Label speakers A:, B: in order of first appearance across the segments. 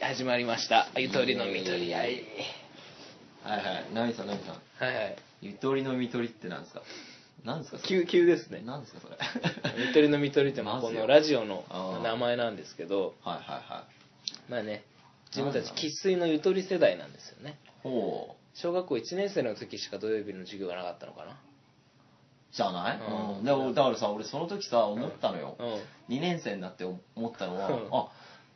A: 始まりましたゆとりのみとり合い
B: はいはい、ナミさん、ナミさん。
A: はいはい
B: ゆとりのみとりってなんですかなんですかそれ
A: 急急ですね
B: なんですかそれ。
A: ゆとりのみとりってまあ
B: ま
A: こ
B: ずい
A: のラジオの
B: あー
A: 名前なんですけど
B: はいはいはい。
A: まあね自分たち
B: なんだ
A: 生粋のゆとり世代なんですよね
B: ほ
A: 小学校1年生の時しか土曜日の授業がなかったのかな
B: う。じゃない、
A: うん
B: うん、でもだからさ、俺その時さ、思ったのよ。
A: うん
B: 2年生になって思ったのは、
A: うん
B: あ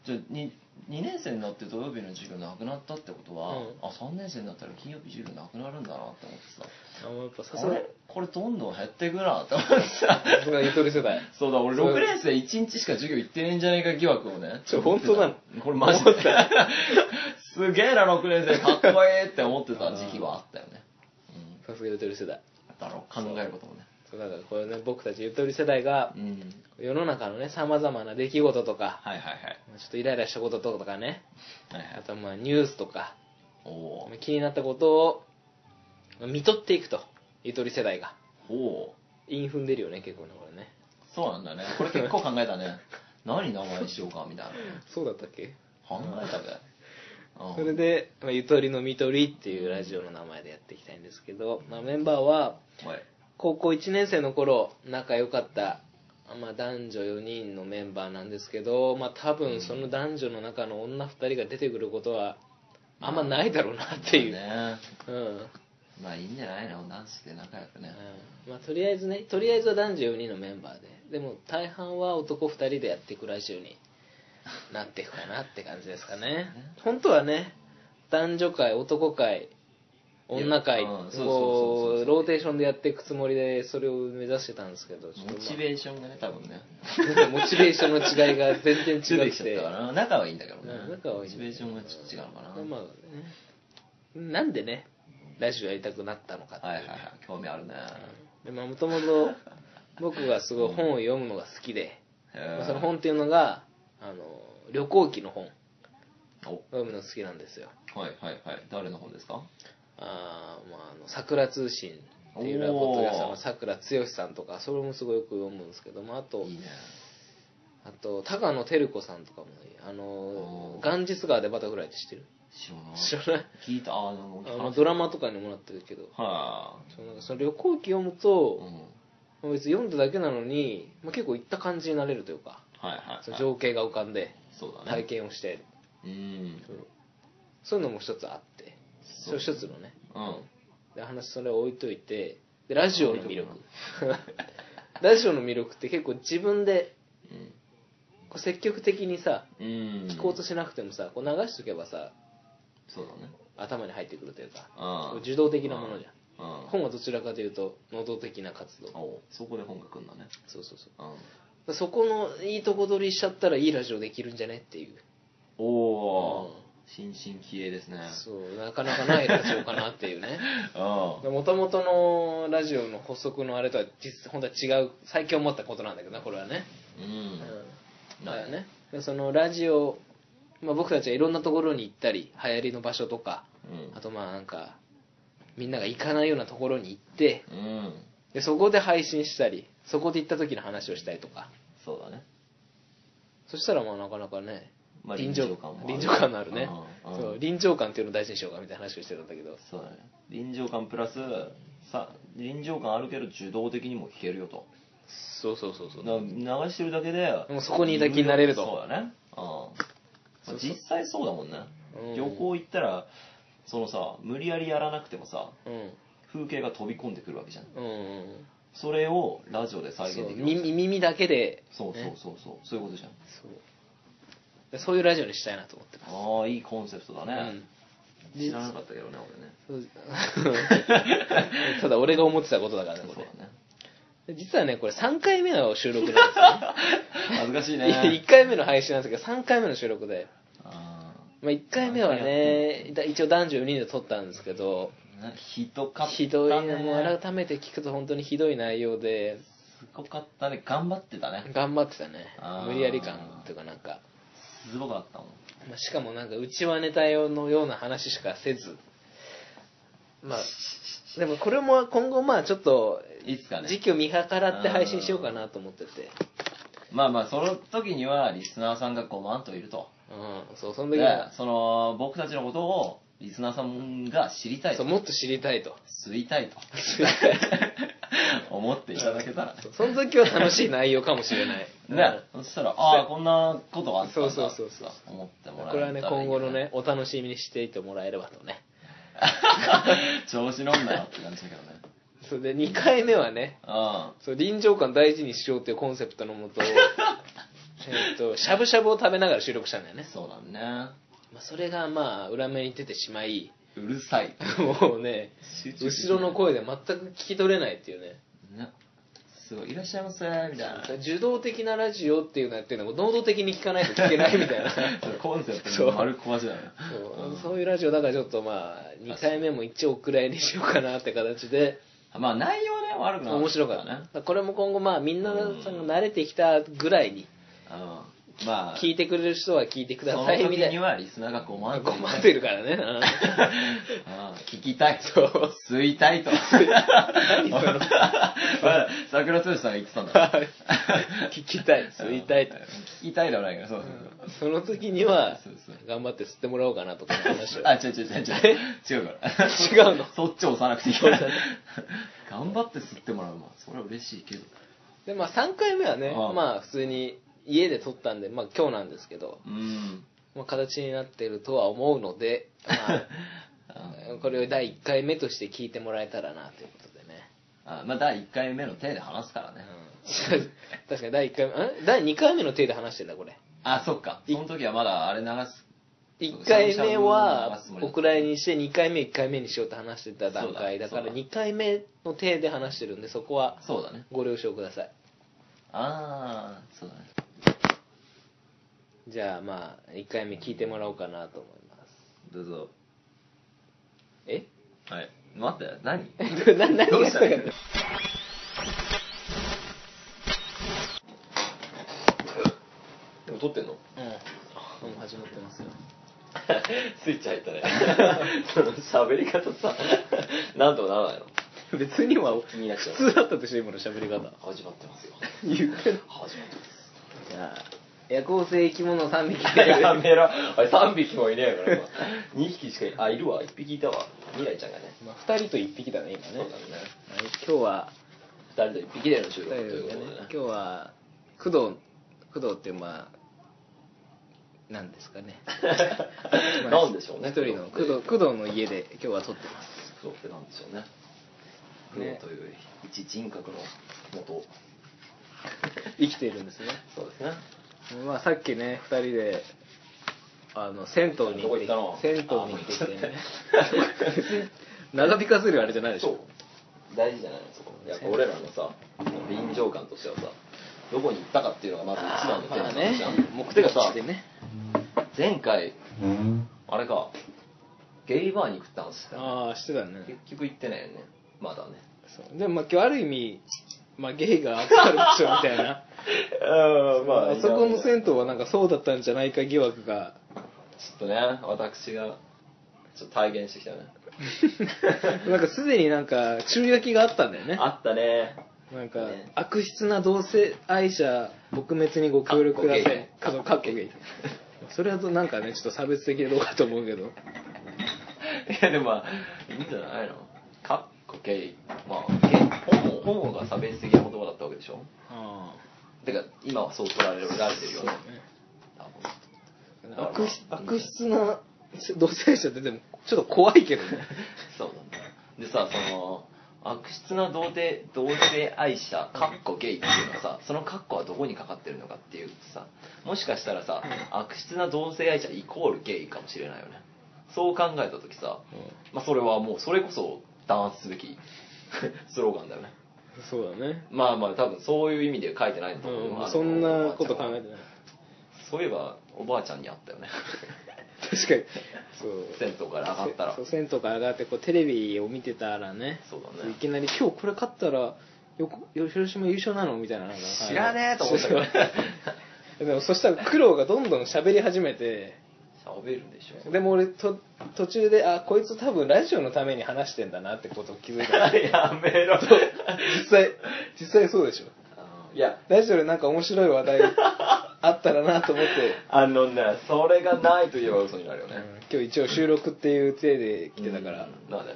B: じゃあに2年生になって土曜日の授業なくなったってことは、
A: うん
B: あ3年生になったら金曜日授業なくなるんだなって思ってさ
A: あもうやっぱさす
B: こ
A: が
B: れこれどんどん減っていくなって思ってさ
A: さすがゆとり世代
B: そうだ俺
A: そう
B: 6年生1日しか授業行ってねえんじゃねえか疑惑をね
A: ちょ本当なの
B: これマジで すげえな6年生かっこいいって思って た時期はあったよね、うん、
A: さすがゆとり世代
B: だろう考えることもね
A: そうだからこれね僕たちゆとり世代が
B: うん
A: 世の中のねさまざまな出来事とか
B: はいはいはい
A: ちょっとイライラしたこととかね
B: はいは
A: あ
B: い
A: とはまあニュースとか
B: おお
A: 気になったことを見とっていくとゆとり世代が
B: おお
A: 韻踏んでるよね結構ねこれね
B: そうなんだね。これ結構考えた ね。何名前にしようかみたいな。
A: そうだったっけ
B: 考えたべ。うん
A: それで、まあ、ゆとりのみとりっていうラジオの名前でやっていきたいんですけど、まあ、メンバーは
B: はい。
A: 高校1年生の頃仲良かった、まあ、男女4人のメンバーなんですけど、まあ、多分その男女の中の女2人が出てくることはあんまないだろうなっていう、
B: ね。
A: うん
B: まあいいんじゃないの男子で仲良くね。
A: うんまあ、とりあえずねとりあえずは男女4人のメンバーででも大半は男2人でやっていくラジオになっていくかなって感じですかね本当はね男女会男会女会
B: いやうんそうそうそう
A: こ
B: そう
A: うローテーションでやっていくつもりでそれを目指してたんですけどちょっと
B: モチベーションがね、多分ね。
A: まあ モチベーションの違いが全然
B: 出
A: 違
B: て
A: く
B: きちゃってたからな。仲はいいんだけどね。
A: うん仲はいい
B: モチベーションがちょっと違うのかな。
A: まあねなんでねラジオやりたくなったのかっていう
B: はいはいはい。興味あるね。
A: でまあもともと僕がすごい本を読むのが好きで、
B: へー
A: その本っていうのがあの旅行記の本を
B: お
A: 読むの好きなんですよ
B: はいはいはい。誰の本ですか
A: あー、まあ、あの桜通信っていうラポッドキャストの桜剛さんとかそれもすごいよく読むんですけどもあと
B: いいね。
A: あと高野照子さんとかもあの
B: おー
A: ガンジス川でバタフライって知ってる
B: 知らない。
A: 知らない
B: 聞いた、あの、
A: あの
B: 話
A: ドラマとかにもなってるけど
B: は
A: そうなんかその旅行記読む
B: い。うん。
A: と、
B: はい
A: まあ別に読んだだけなのに、まあ、結構行った感じになれるというか
B: はいはい。
A: その情景が浮かんで
B: そうだね。
A: 体験をして
B: うん。
A: そういうのも一つあってそ
B: そう
A: れ一つのね
B: うん。
A: で話それを置いといてでラジオの魅力ラジオの魅力って結構自分でこう積極的にさ
B: うん。
A: 聞こうとしなくてもさこう流しとけばさ
B: そうだね。
A: 頭に入ってくるというかこ
B: う。
A: うん受動的なものじゃん
B: うん。
A: 本はどちらかというと能動的な活動
B: おうそこで本が来るんだね。
A: そうそうそう
B: うん。
A: そこのいいとこ取りしちゃったらいいラジオできるんじゃねっていう
B: お
A: う
B: お
A: ん。
B: 新進気鋭ですね。
A: そうなかなかないラジオかなっていう ね
B: うん。
A: もともとのラジオの発足のあれとは実本当は違う最近思ったことなんだけどなこれはね
B: うん。
A: うんだよねでそのラジオ、まあ、僕たちはいろんなところに行ったり流行りの場所とか
B: うん
A: あとまあなんかみんなが行かないようなところに行って
B: うん。
A: でそこで配信したりそこで行った時の話をしたりとか
B: そうだね。
A: そしたらまあなかなかね
B: まあ
A: 臨場
B: 臨場感もある
A: 臨場感のあるね
B: うんうん
A: そう臨場感っていうのを大事にしようかみたいな話をしてたんだけど
B: そうだね。臨場感プラス、さ臨場感あるけど受動的にも聞けるよと。
A: そうそうそうそう
B: だから流してるだけで。
A: もうそこにいた気になれると
B: そうだね。うん。まあ
A: そうそう
B: 実際そうだもんね
A: うん。
B: 旅行行ったら、そのさ、無理やりやらなくてもさ、
A: うん
B: 風景が飛び込んでくるわけじゃん。
A: うんうんうん
B: それをラジオで再現
A: そう
B: できる
A: 耳耳だけで
B: そうそう
A: ね
B: そうそうそういうことじゃん
A: そうでそういうラジオにしたいなと思ってます
B: ああいいコンセプトだね、
A: うん
B: 知らなかったけどね俺ね
A: そう ただ俺が思ってたことだからね
B: そう
A: これ
B: だね
A: 実はねこれ3回目の収録なんで
B: 恥ずかしい
A: すよ、 ね、
B: ね
A: 1回目の配信なんですけど3回目の収録で、
B: あ
A: まあ、1回目はねだ一応男女4人で撮ったんですけど
B: ーなひどかったね
A: ひどいなもう改めて聞くと本当にひどい内容です
B: ごかったね頑張ってたね
A: 頑張ってたね
B: あー
A: 無理やり感というかなんか、
B: すごかったもん
A: まあ、しかもなんかうちはネタ用のような話しかせずまあでもこれも今後まあちょっと
B: いつかね
A: 時期を見計らって配信しようかなと思ってて
B: まあまあその時にはリスナーさんが5万といると
A: うん、そう、その時
B: で
A: は、、
B: その、僕たちのことを、リスナーさんが知りたい
A: そ
B: と
A: う、、もっと知りた いと。
B: 吸いたいと、思っていただけたらね。
A: そうその時は楽しい内容かもしれない。
B: ね、そしたら、ああ、こんなことがあったんだ
A: そうそうそうそう
B: 思ってもらえ
A: これはね、
B: たらい
A: 今
B: い
A: 後のね、、お楽しみにしていてもらえればとね。
B: 調子乗んなよって感じだけどね。
A: それで、2回目はね、
B: うん。
A: そう臨場感大事にしようっていうコンセプトの もと、えっと、しゃぶしゃぶを食べながら収録したんだよね。
B: そうだね。
A: まあ、それがまあ、裏目に出てし まい、
B: うるさい。
A: もうね、
B: 集中できない
A: 後ろの声で全く聞き取れないっていうね。
B: ね。すごい、いらっしゃいませ、みたいな。
A: 受動的なラジオっていうのやってるのも、能動的に聞かないと聞けないみたいな。
B: そうコンセプトの丸壊しだよね。
A: そうそういうラジオだからちょっとまあ2回目も一応おくらいにしようかなって形で
B: まあ内容はね、悪くな
A: 面白かったねこれも今後まあみんなさんが慣れてきたぐらいに
B: うん。まあ、
A: 聞いてくれる人は聞いてく
B: そ
A: だ
B: の
A: さいみ
B: 時
A: たい
B: に
A: な
B: はリスナーが5万
A: 困ってるからね
B: うん聞きたい。
A: そう
B: 吸いたいと。
A: 何その
B: 桜剛さんが言ってたんだ。
A: 聞きたい吸いたいと
B: うん聞きたいではないから、そうそう
A: その時には
B: そうそう
A: 頑張って吸ってもらおうかなとかの話
B: そう。
A: を
B: あ、違う違う違う違う。違うから。
A: 違うの
B: そっちを押さなくていいから。頑張って吸ってもらうもん。それは嬉しいけど。
A: でまあ3回目はね
B: ああ
A: まあ普通に家で撮ったんでまあ今日なんですけど
B: うん。
A: まあ形になっているとは思うのでまあ
B: あ
A: これを第1回目として聞いてもらえたらなということでね、
B: あまあ、第1回目の手で話すから
A: う
B: ね。
A: ん、 確かに第1回目ん第2回目の手で話してんだこれ
B: あ、そっか。その時はまだあれ流す。
A: 1回目は
B: そう
A: お蔵入りにして2回目1回目にしようと話してた段階だ
B: そうだ
A: か
B: そう
A: ら
B: だ
A: 2回目の手で話してるんでそこは
B: そうだね。
A: ご了承ください
B: ああ、そうだね。
A: じゃあまあ1回目聞いてもらおうかなと思います
B: どうぞ。
A: え
B: はい。待って、 何
A: な何がしたかった
B: でも撮ってんの
A: うんもう始まってますよ
B: スイッチ入ったね。その喋り方さ、なんともならないの。
A: 別には
B: 気になっちゃう
A: 普通だったでしょ今の喋り方
B: 始まってますよ。
A: 言ってん
B: 始まってます。
A: じゃあ夜行性生き物3匹
B: やめろ。あれ3匹もいねえから、今。2匹しかい、あ、いるわ。1匹いたわ。未来ちゃんがね。
A: まあ、2人と1匹だね今
B: そうだ
A: ね
B: ね。
A: はい今日は
B: 2人と1匹での収
A: 二
B: 録という
A: 人
B: こ
A: で
B: と
A: ね
B: でね。
A: 今日は工藤工藤ってまあなんですか ねまあ
B: なんでしょうね。
A: 一人の工藤工藤の家で今日は撮ってます
B: 黒ってなんでしょうね黒
A: ね
B: という一人格のもと
A: 生きてるんですね
B: そうですね
A: まあさっきね2人であの銭湯に
B: どこ行った
A: 行
B: の
A: って銭湯に行ってきてね
B: あもう行っちゃった
A: 別に長引かせるあれじゃないでし
B: そう
A: ょ
B: 大事じゃないのそこやっぱ俺らのさ臨場感としてはさどこに行ったかっていうのがまず一番の
A: まあ
B: テーマ
A: ね
B: じゃん、
A: 目
B: て
A: 的
B: か
A: 地
B: さ
A: でね
B: 前回あれかゲイバーに行くって話してたよね
A: ああしてたね
B: 結局行ってないよねまだね
A: そうでもまあ今日ある意味、まあ、ゲイが集まる場所みた いな
B: あ
A: あそこの銭湯はなんかそうだったんじゃないか疑 惑が
B: ちょっとね私がちょっと体現してきたね
A: なんかすでになんか注意書きがあったんだよね
B: あったね
A: なんか、
B: ね
A: 悪質な同性愛者撲滅にご協力ください
B: かっこゲイ
A: あのかっこゲイ それだとなんかねちょっと差別的でどうかと思うけど
B: いやでもまあいいんじゃないのかっこゲイまあゲイホモホモが差別的な言葉だったわけでしょ
A: あ
B: てか今はそう取られるられてるよね多分
A: 悪質悪質な同性愛者ってでもちょっと怖いけどね
B: そうなんだでさその悪質な童貞同性愛者かっこゲイっていうのはさそのかっこはどこにかかってるのかっていうとさもしかしたらさ悪質な同性愛者イコールゲイかもしれないよねそう考えた時さ、まあ、それはもうそれこそ弾圧すべき スローガンだよね
A: そうだね
B: まあまあ多分そういう意味で書いてないと思う、
A: う
B: あ
A: ん
B: の
A: そんなこと考えてない
B: そういえばおばあちゃんに会ったよね
A: 確かにそう
B: 銭湯から上がったら
A: そう銭湯から上がってこうテレビを見てたらね
B: そうだ
A: い
B: ね
A: きなり「今日これ勝ったらよこよ広島優勝なの?」みたいななんか
B: 知らねえと思ったけど
A: そう でもそしたら苦労がどんどん喋り始めて
B: 喋るんでし ょ
A: でも俺と途中であこいつ多分ラジオのために話してんだなってことを気づいた
B: やめろ
A: 実際実際そうでしょ
B: いや
A: ラジオでなんか面白い話題あったらなと思って、
B: あのねそれがないと言えば嘘になるよね、
A: うん今日一応収録っていう体で来てたから、
B: うんまあね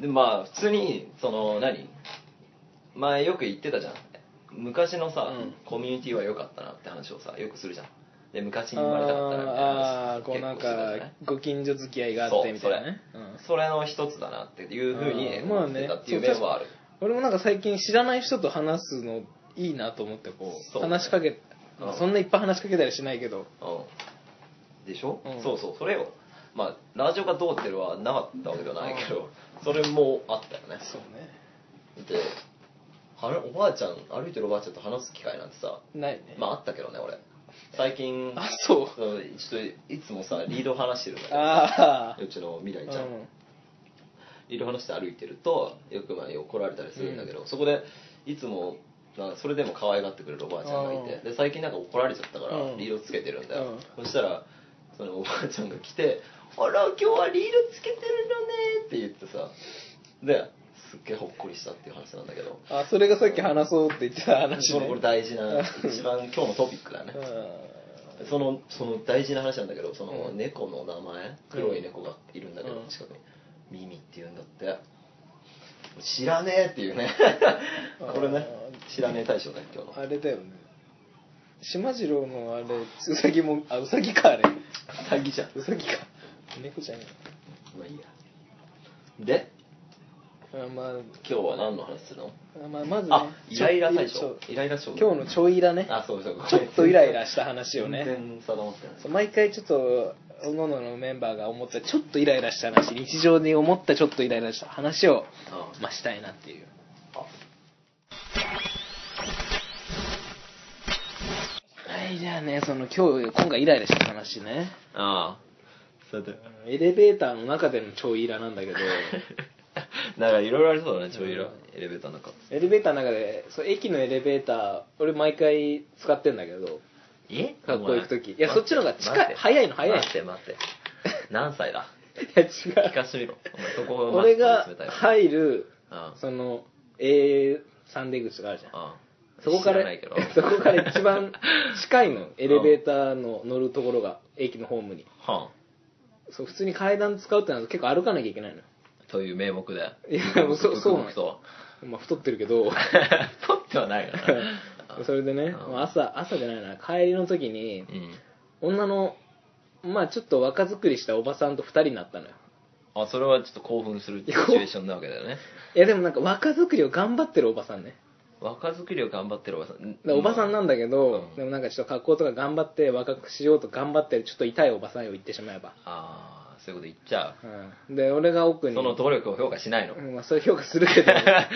B: でまあ普通にその何前よく言ってたじゃん昔のさ、
A: うん
B: コミュニティは良かったなって話をさよくするじゃんで昔に生まれたかったなみたいな
A: ああ
B: 話
A: こうなん
B: 結構してたじゃ
A: か
B: い
A: ご近所付き合いがあってみたいなね
B: そう
A: うん
B: それの一つだなっていうふうに
A: あーまあ
B: 思っ
A: ね
B: てたっていう面はある、
A: 俺もなんか最近知らない人と話すのいいなと思ってこう
B: そう
A: 話しかけ
B: うん
A: そんないっぱい話しかけたりしないけど
B: うんでしょ、
A: うん
B: そうそうそれをまあラジオがどうっていうのはなかったわけじゃないけど、それもあったよね
A: そうね
B: ではおばあちゃん歩いてるおばあちゃんと話す機会なんてさ
A: ないね
B: まああったけどね俺最近
A: あそう
B: そうちょっといつもさリード話してるんだけど
A: ああ
B: うちの未来ちゃん、
A: うん
B: リード話して歩いてるとよくまあ怒られたりするんだけど、そこでいつもまあそれでも可愛がってくれるおばあちゃんがいて、
A: うん
B: で最近なんか怒られちゃったから
A: うん
B: リードつけてるんだよ、
A: う
B: そしたらそのおばあちゃんが来て「あら今日はリードつけてるのね」って言ってさですっげえほっこりしたっていう話なんだけど
A: あそれがさっき話そうって言ってた話
B: これこれ大事な一番今日のトピックだね、
A: う
B: そのその大事な話なんだけどその
A: うん
B: 猫の名前黒い猫がいるんだけど、
A: うん
B: 近くにミミって言うんだって知らねえっていうね
A: あー
B: これね知らねえ大賞だよ今日
A: ん
B: の
A: あれだよね島次郎のあれうさぎもあうさぎかあれ
B: 詐欺じゃん
A: うさぎか猫じゃね
B: まあいいやで
A: えあま
B: 今日は何の話するの
A: あまあまずね
B: あイライラ大
A: ちょ
B: 賞イライラ賞
A: 今日のちょいイラね
B: あそうそう
A: ちょっとイライラした話をね
B: 全然定まってない
A: そう毎回ちょっと各々のメンバーが思ったちょっとイライラした話日常に思ったちょっとイライラした話を、
B: あ
A: まあ、したいなっていう
B: あ
A: はいじゃあねその今日今回イライラした話ね
B: ああそれで
A: エレベーターの中での超イラなん だけど
B: なんかいろいろありそうだねちょいろエレベーターの中
A: エレベーターの中でそう駅のエレベーター俺毎回使ってんだけど
B: え
A: 学校行く時いや
B: お前
A: そっちの方が近い
B: 待って
A: 早いの早いの
B: 待って待って何歳 だ
A: いや違
B: 聞かしてみろお前そこ
A: う
B: をま
A: 俺が
B: 進めたいわ
A: 入る
B: うん
A: その A3 出口があるじゃん
B: うん
A: そこか
B: 知
A: ら
B: ないけど
A: そこから一番近いのエレベーターの乗るところが駅のホームに
B: は
A: そう普通に階段使うってのは結構歩かなきゃいけないのよ
B: んという名目で
A: いやもうそうそうなの
B: と
A: まあ、太ってるけど
B: 取ってはないからな
A: それでね
B: ん
A: もう朝朝じゃないな帰りの時に
B: うん
A: 女のまあちょっと若作りしたおばさんと2人になったのよ
B: あそれはちょっと興奮するシチュエーションなわけだよね
A: いやでもなんか若作りを頑張ってるおばさんね
B: 若作りを頑張ってるおばさん
A: だからおばさんなんだけど、
B: うん
A: でもなんかちょっと格好とか頑張って若くしようと頑張ってるちょっと痛いおばさんを言ってしまえば、
B: ああそういうこと言っちゃ
A: うん、で俺が奥
B: う
A: に
B: その努力を評価しないの
A: うんまあ、そういう評価する けど
B: あ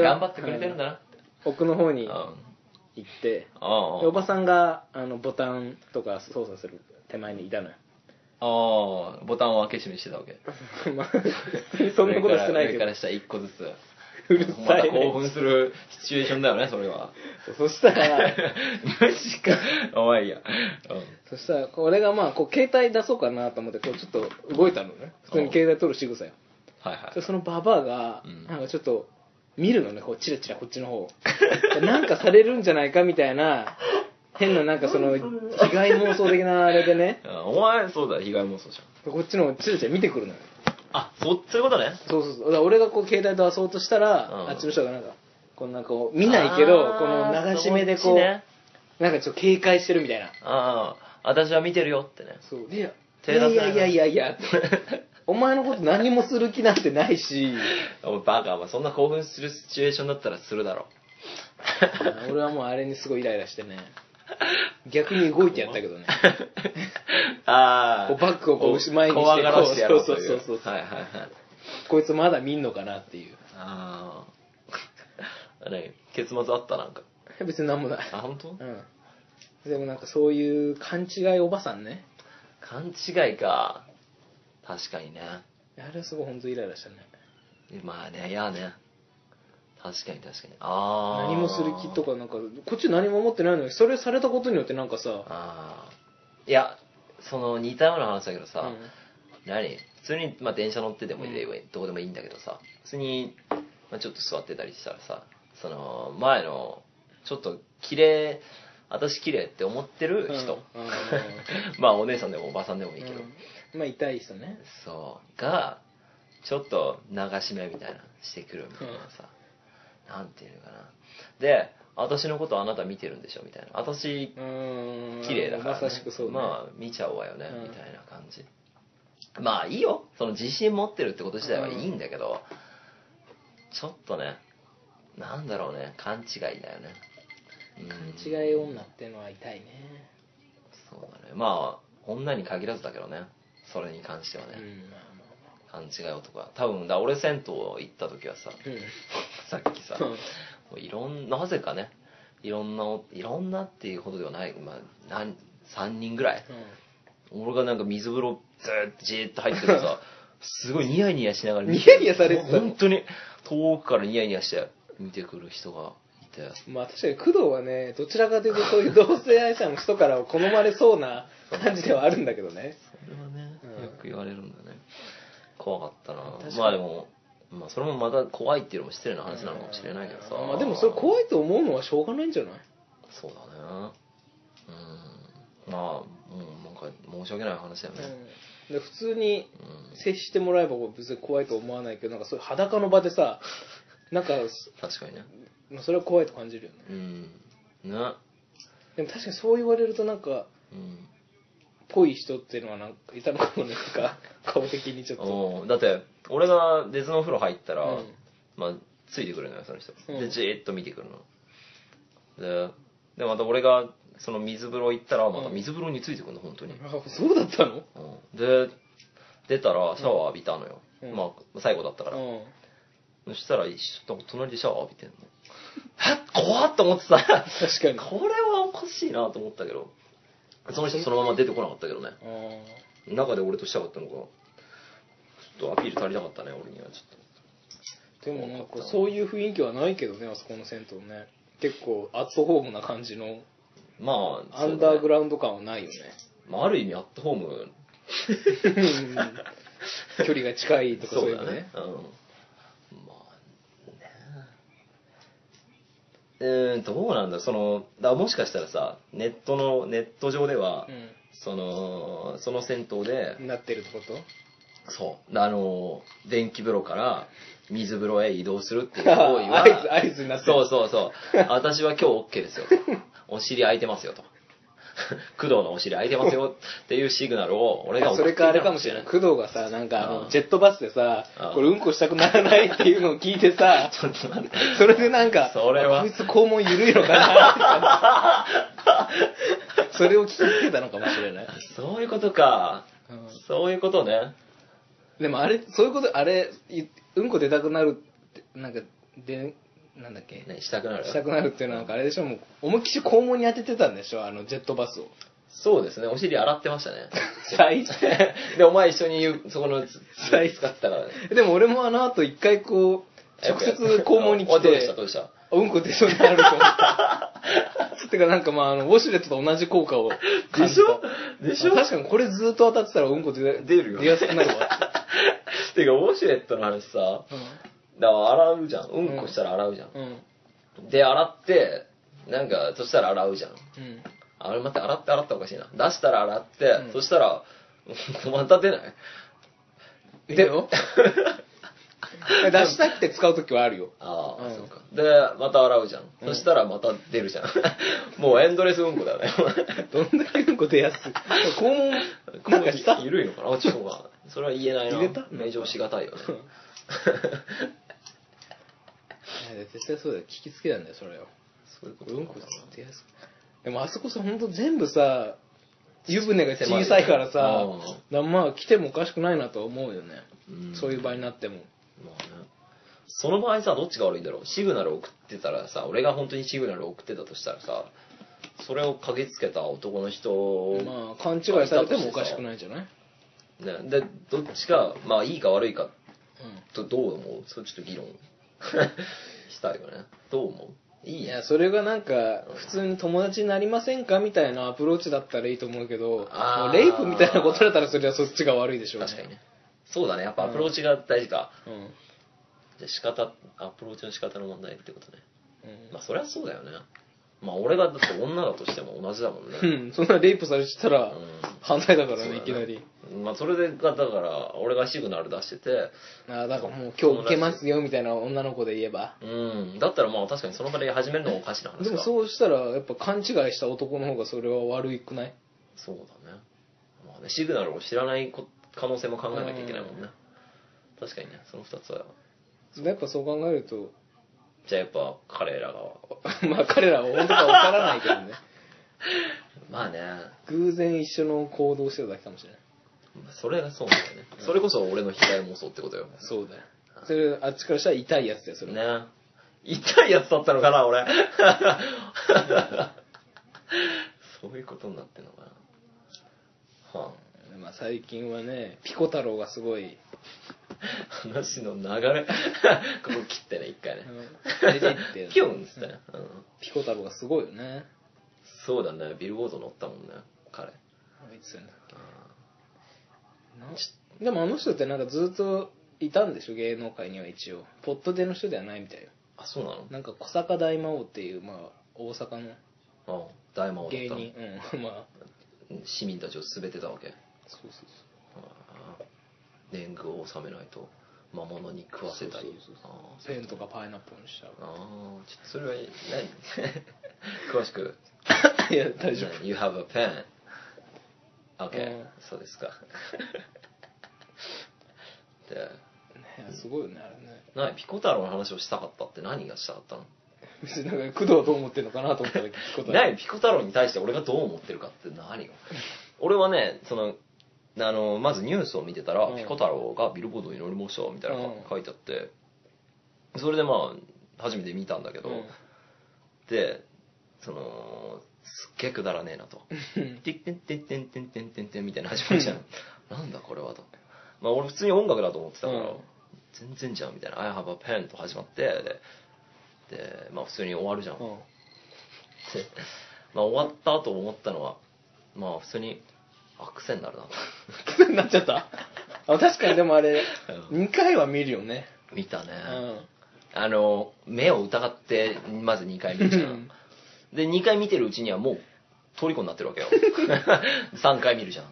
B: 頑張ってくれてるんだ
A: な
B: なって
A: 奥の方
B: う
A: に
B: んあ
A: 行って
B: あ
A: でおばさんがあのボタンとか操作する手前にい たのよ
B: ああボタンを開け閉めしてたわけ
A: まあ そんなことしてない
B: 上から
A: けど
B: 上から下一個ずつ
A: うる
B: ま
A: さ
B: た
A: い、
B: 興
A: ね、
B: 奮するシチュエーションだよねそれ は
A: そしたら
B: マジかお前いいや、う
A: そしたら俺がまあこう携帯出そうかなと思ってこうちょっと動いたのね普通に携帯取る仕草よ
B: ん、はいは
A: で
B: い
A: そのババアが
B: うん
A: なんかちょっと見るのねこうチラチラこっちの方 をなんかされるんじゃないかみたいな変ななんかその被害妄想的なあれでね
B: あお前そうだ被害妄想じゃ
A: こっちのチラチラ見てくるのよ
B: んあそそういうことね
A: そうそうそうだから俺がこう携帯と出そうとしたら、
B: うん
A: あっちの人がなんかこんなこう見ないけど
B: あー
A: この流し目でこう
B: そっちね
A: なんかちょっと警戒してるみたいな
B: ああ私は見てるよってね
A: そうでいや
B: 手出せない
A: いやいやいやいやってお前のこと何もする気なんてないし
B: お前バカお前そんな興奮するシチュエーションだったらするだろ
A: 俺はもうあれにすごいイライラ してね逆に動いてやったけどね
B: あ
A: こうバッグをこう前にして
B: 怖がらせてやろうという
A: そうそうそうそう
B: はいはいはい
A: こいつまだ見んのかなっていう
B: あ あ何結末あったなんか
A: 別に何もない
B: あ本当
A: うんでもなんかそういう勘違いおばさんね
B: 勘違いか確かにね
A: あれはすごい本当イライラしたね
B: まあねいやね確かに確かにああ
A: 何もする気とかなんかこっち何も思ってないのにそれされたことによってなんかさ
B: ああいやその似たような話だけどさ、
A: うん
B: 何普通に、まあ、電車乗っててもいればいい、どこでもいいんだけどさ普通に、まあ、ちょっと座ってたりしたらさその前のちょっと綺麗私綺麗って思ってる人、
A: うんうん
B: まあお姉さんでもおばさんでもいいけど、
A: うんまあ痛い人ね
B: そうがちょっと流し目みたいなしてくるみたいなさ、なんていうのかなで私のことあなた見てるんでしょみたいな私
A: うん
B: 綺麗だから、ね
A: まさしくそうね
B: まあ見ちゃうわよね、
A: うん
B: みたいな感じまあいいよその自信持ってるってこと自体はいいんだけど、ちょっとねなんだろうね勘違いだよね、うん
A: 勘違い女ってのは痛いね
B: そうだねまあ女に限らずだけどねそれに関しては
A: う
B: ね、
A: んまあま
B: 勘違い男は多分だ俺銭湯行った時はさ
A: あ ま
B: さっきさ
A: うん
B: もういろんなぜかねいろんなおいろんなっていうほどではない、まあ、なん3人ぐらい
A: あうん
B: 俺がなんか水風呂ずーっとじーっと入ってる さすごいニヤニヤしながら見
A: ニヤニヤされてたの
B: 本当に遠くからニヤニヤして見てくる人がいて
A: まあ確かに工藤はね、どちらかというとそういう同性愛者の人から好まれそうな感じではあるんだけどね。
B: それはね
A: うん
B: よく言われるんだね怖かったな
A: 確かに
B: まあでもまあそれもまた怖いっていうのも失礼な話なのかもしれないけどさ
A: まあでもそれ怖いと思うのはしょうがないんじゃない
B: そうだねうんまあうんなんか申し訳ない話だよね
A: で普通に
B: うん、
A: 接してもらえば別に怖いと思わないけど、なんかそういう裸の場でさ、なんか、
B: 確かにね
A: まあそれは怖いと感じるよね。
B: うんね
A: でも確かにそう言われるとなんか、
B: うん
A: ぽい人っていうのはなんかいたのかもね、なんか、顔的にちょっと。
B: おーだって俺が別のお風呂入ったら、
A: うん
B: まあついてくるのよその人
A: うん
B: でじーっと見てくるのででまた俺がその水風呂行ったらまた水風呂についてくるの本当に、
A: あそうだったの
B: うんで出たらシャワー浴びたのよ、
A: うん
B: まあ最後だったから、
A: うん。
B: そしたら一緒隣でシャワー浴びてんのえ怖っと思ってさ
A: 確かに。
B: これはおかしいなと思ったけどその人そのまま出てこなかったけどね
A: うん
B: 中で俺としたかったのかちょっとアピール足りなかったね俺にはちょっ
A: でもなんかそういう雰囲気はないけどねあそこの銭湯ね結構アットホームな感じの
B: とまあ
A: アンダーグ
B: ラ
A: ラウンド感はないよね
B: まあ、ある意味アットホーム
A: 距離が近いとかそういう
B: だ
A: のね
B: うんまあねうーんどうなんだそのだからもしかしたらさネットのネット上では、そのその銭湯で
A: うんなってるってこと
B: そうあの電気風呂から水風呂へ移動するっていう行為 は
A: 合図合図になってる
B: そうそうそう。私は今日 OK です よと。お尻空いてますよと。 工藤のお尻空いてますよっていうシグナルを俺が送
A: そ
B: って
A: れ
B: い
A: か
B: た
A: あれかもしれない工藤がさなんかあ
B: うん
A: のジェットバスでさ
B: うん
A: これうんこしたくならないっていうのを聞いて さ
B: ちょっと待って。
A: それでなんか
B: それは
A: あこいつ肛門緩いのかなっ てそれを聞きつけたのかもしれない、
B: そういうことか。
A: うん
B: そういうことね。
A: でもあれ、そういうこと、あれ、いうんこ出たくなるって、なんか、で、なんだっけ、
B: ね、したくなる。
A: したくなるっていうのは、なんかあれでしょ、もう、思いっきり肛門に当ててたんでしょ、あの、ジェットバスを。
B: そうですね。お尻洗ってましたね。
A: 最
B: で、お前一緒に言うそこの
A: 最
B: 使ってたからね。
A: でも俺もあの後、一回こう、直接肛門に
B: お
A: 来
B: どうでしてた、どうでした。
A: うんこ出そうになると思った。てかなんかまあ、あの、ウォシュレットと同じ効果を感じた。
B: でしょでしょ
A: 確かにこれずっと当たってたらうんこ出
B: 出るよ
A: 出やすくなるわ。
B: てか、ウォシュレットの話さ、だから洗うじゃん。うんこしたら洗うじゃん。
A: うん。うん。
B: で、洗って、なんか、そしたら洗うじゃん。
A: うん。
B: あれ待って、洗って洗ったらおかしいな。出したら洗って、
A: うん
B: そしたら、 また出ない
A: いいよ。 出したくて使うときはあるよ。
B: ああ、
A: うん
B: そうか。で、また洗うじゃん。そしたらまた出るじゃん。 もうエンドレスうんこだよね。
A: どんだけうんこ出やすい。肛門、なんかした
B: こう緩いのかなあ、ちょっとまあそれは言えないな。
A: 入れた
B: 名称しがたいよね。
A: いや絶対そうだよ。聞きつけたんだよ、それを。
B: そういうこと
A: う
B: なんのか
A: こ
B: な
A: 出やすく。でもあそこさ、ほんと全部さ、湯船が小さいからさ、なまあ来てもおかしくないなとは思うよね。
B: うん
A: そういう場合になっても。
B: まあね。その場合さ、どっちが悪いんだろう。シグナル送ってたらさ、俺が本当にシグナル送ってたとしたらさ、それを嗅ぎつけた男の人
A: まあ、勘違いされてもおかしくないんじゃない
B: ね、でどっちが、まあ、いいか悪いか
A: うん
B: とどう思うそれちょっと 議論したいよねどう思ういい
A: い
B: や
A: や、それがなんか、普通に友達になりませんかみたいなアプローチだったらいいと思うけど、
B: あー
A: もうレイプみたいなことだったらそれはそっちが悪いでしょうね
B: 確かにねそうだねやっぱアプローチが大事か、
A: うん。
B: じゃあ仕方アプローチの仕方の問題ってことね
A: うん
B: まあそりゃそうだよねまあ俺がだって女だとしても同じだもん ね、
A: うん、そんなレイプされてた
B: うん
A: ら犯罪だから
B: そうだ
A: ね、
B: ね
A: いきなり。
B: まあ、それでがだから俺がシグナル出してて
A: ああ、だからもう今日受けますよ、みたいな女の子で言えば。
B: うんだったらまあ確かにその場で始めるのもおかしな話か
A: でもそうしたら、やっぱ勘違いした男の方がそれは悪いくない
B: そうだね,、まあ、ねシグナルを知らないこ可能性も考えなきゃいけないもんね確かにねその2つは
A: やっぱそう考えると、
B: じゃあやっぱ彼らが
A: まあ彼らは本当かわからないけど ね。
B: まあね
A: 偶然一緒の行動してただけかもしれない。
B: それがそうなんだよねそれこそ俺の額妄想ってことよ
A: そうだよ。それ、あっちからしたら痛いやつだよ、それは。
B: ね痛いやつだったのかな 俺そういうことになってんのかなはあ
A: まあ最近はね、ピコ太郎がすごい、
B: 話の流れ ここ切ってね一回ね
A: 出ていっ て
B: ピ、ョンっつってね、うん、
A: ピコ太郎がすごいよね。
B: そうだねビルボード乗ったもんね彼
A: いつだっけなでもあの人ってなんかずっといたんでしょ芸能界には一応ポットでの人ではないみたいよ
B: あそうなの
A: なんか小坂大魔王っていう、まあ、大阪
B: あ大魔王
A: の
B: だっ
A: 芸
B: たの
A: 人うんまあ
B: うん市民たちを全てたわけ
A: そうそうそ
B: あー年貢を納めないと魔物に食わせたり
A: そうそうそう
B: あー
A: うペンとかパイナップルにしちゃ
B: あーちょっとそれは何 詳しく
A: う いや大丈夫
B: You have a pen Okay、
A: うん
B: そうですか で
A: ねすごいよねあれね
B: なピコ太郎の話をしたかったって何がしたかったの
A: 別になんか工藤はどう思ってるのかなと思ったら聞くことある
B: ないピコ太郎に対して俺がどう思ってるかって何 が俺はねそのあのまずニュースを見てたら、
A: うん
B: ピコ太郎がビルボードに乗りましたみたいなのが
A: うん
B: 書いてあってそれでまあ初めて見たんだけど、でそのすっげえくだらねえなと
A: うん
B: 「てってんてんてんてんてんてんてん」みたいな始まりじゃんなんだこれはとまあ俺普通に音楽だと思ってたから、
A: うん
B: 全然じゃんみたいな「I have a pen」と始まってででまあ普通に終わるじゃん、
A: うん
B: ってまあ終わったと思ったのはまあ普通にあ癖になるなと
A: 癖 になっちゃったあ確かにでもあれ
B: う
A: 2回は見るよね
B: 見たね、
A: うん
B: あの目を疑ってまず2回見るじゃんで2回見てるうちにはもう虜になってるわけ よ3回見るじゃん、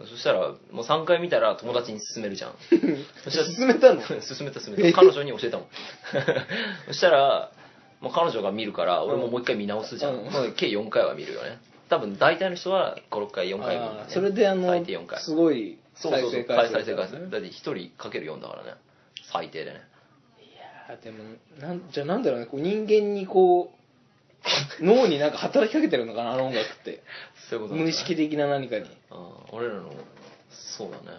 B: うん、そしたらもう3回見たら友達に勧めるじ ゃんそしたら
A: 進めた の
B: 勧めた勧めた彼女に教えたもん そしたら、まあ、彼女が見るから俺ももう一回見直すじゃん、
A: うん
B: まあ計4回は見るよね多分大体の人は56回4回見る、ね
A: あ、ーそれであの
B: 最低4回
A: すごい
B: そうそうそう
A: 回
B: 再
A: 数
B: 生回数
A: だよね
B: だって1人かける4だからね最低でね
A: いやーでもなんじゃあなんだろうねこう人間にこう脳になんか働きかけてるのかなあの音楽って
B: そういうことなんだね
A: 無意識的な何かに
B: あー俺らのそうだね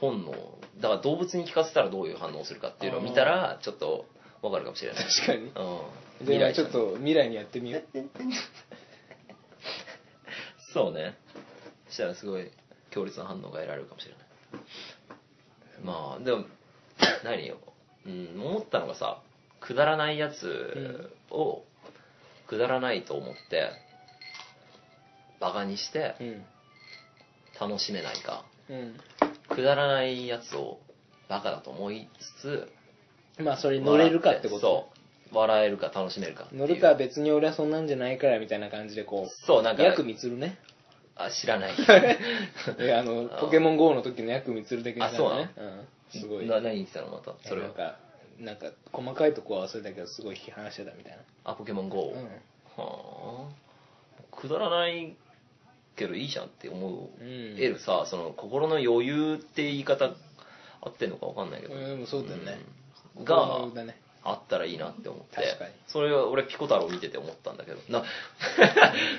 B: 本能だから動物に聞かせたらどういう反応するかっていうのを見たらちょっとわかるかもしれない
A: 確かに
B: うん
A: じゃあ
B: ち
A: ち
B: ゃ
A: ょ
B: ん
A: っと未来にやってみ よう
B: そうねそしたらすごい強烈な反応が得られるかもしれないまあでも何よ、うん、思ったのがさくだらないやつをくだらないと思ってバカにして
A: うん
B: 楽しめないか
A: う
B: くだらないやつをバカだと思いつつ
A: んまあそれに乗れるかってこと
B: そう笑えるか楽しめるかっていう
A: 乗るかは別に俺はそんなんじゃないからみたいな感じでこ
B: そうなん
A: う
B: か
A: ヤクミツルね
B: あ知らない
A: えあのポケモン GO の時のヤクミツル的な感じね
B: あ
A: うんすごい
B: な何言ってたのまたそれ
A: な
B: は
A: んかなんか細かいとこは忘れたけどすごい批判してたみたい
B: あポケモン GO、
A: な
B: はあくだらないけどいいじゃんって思う、
A: うん
B: 得るさその心の余裕って言い方合ってんのか分かんないけど、
A: うんでもそうだよね
B: うん
A: 心の
B: が
A: だね
B: あったらいいなって思って
A: 確かに
B: それは俺ピコ太郎見てて思ったんだけど な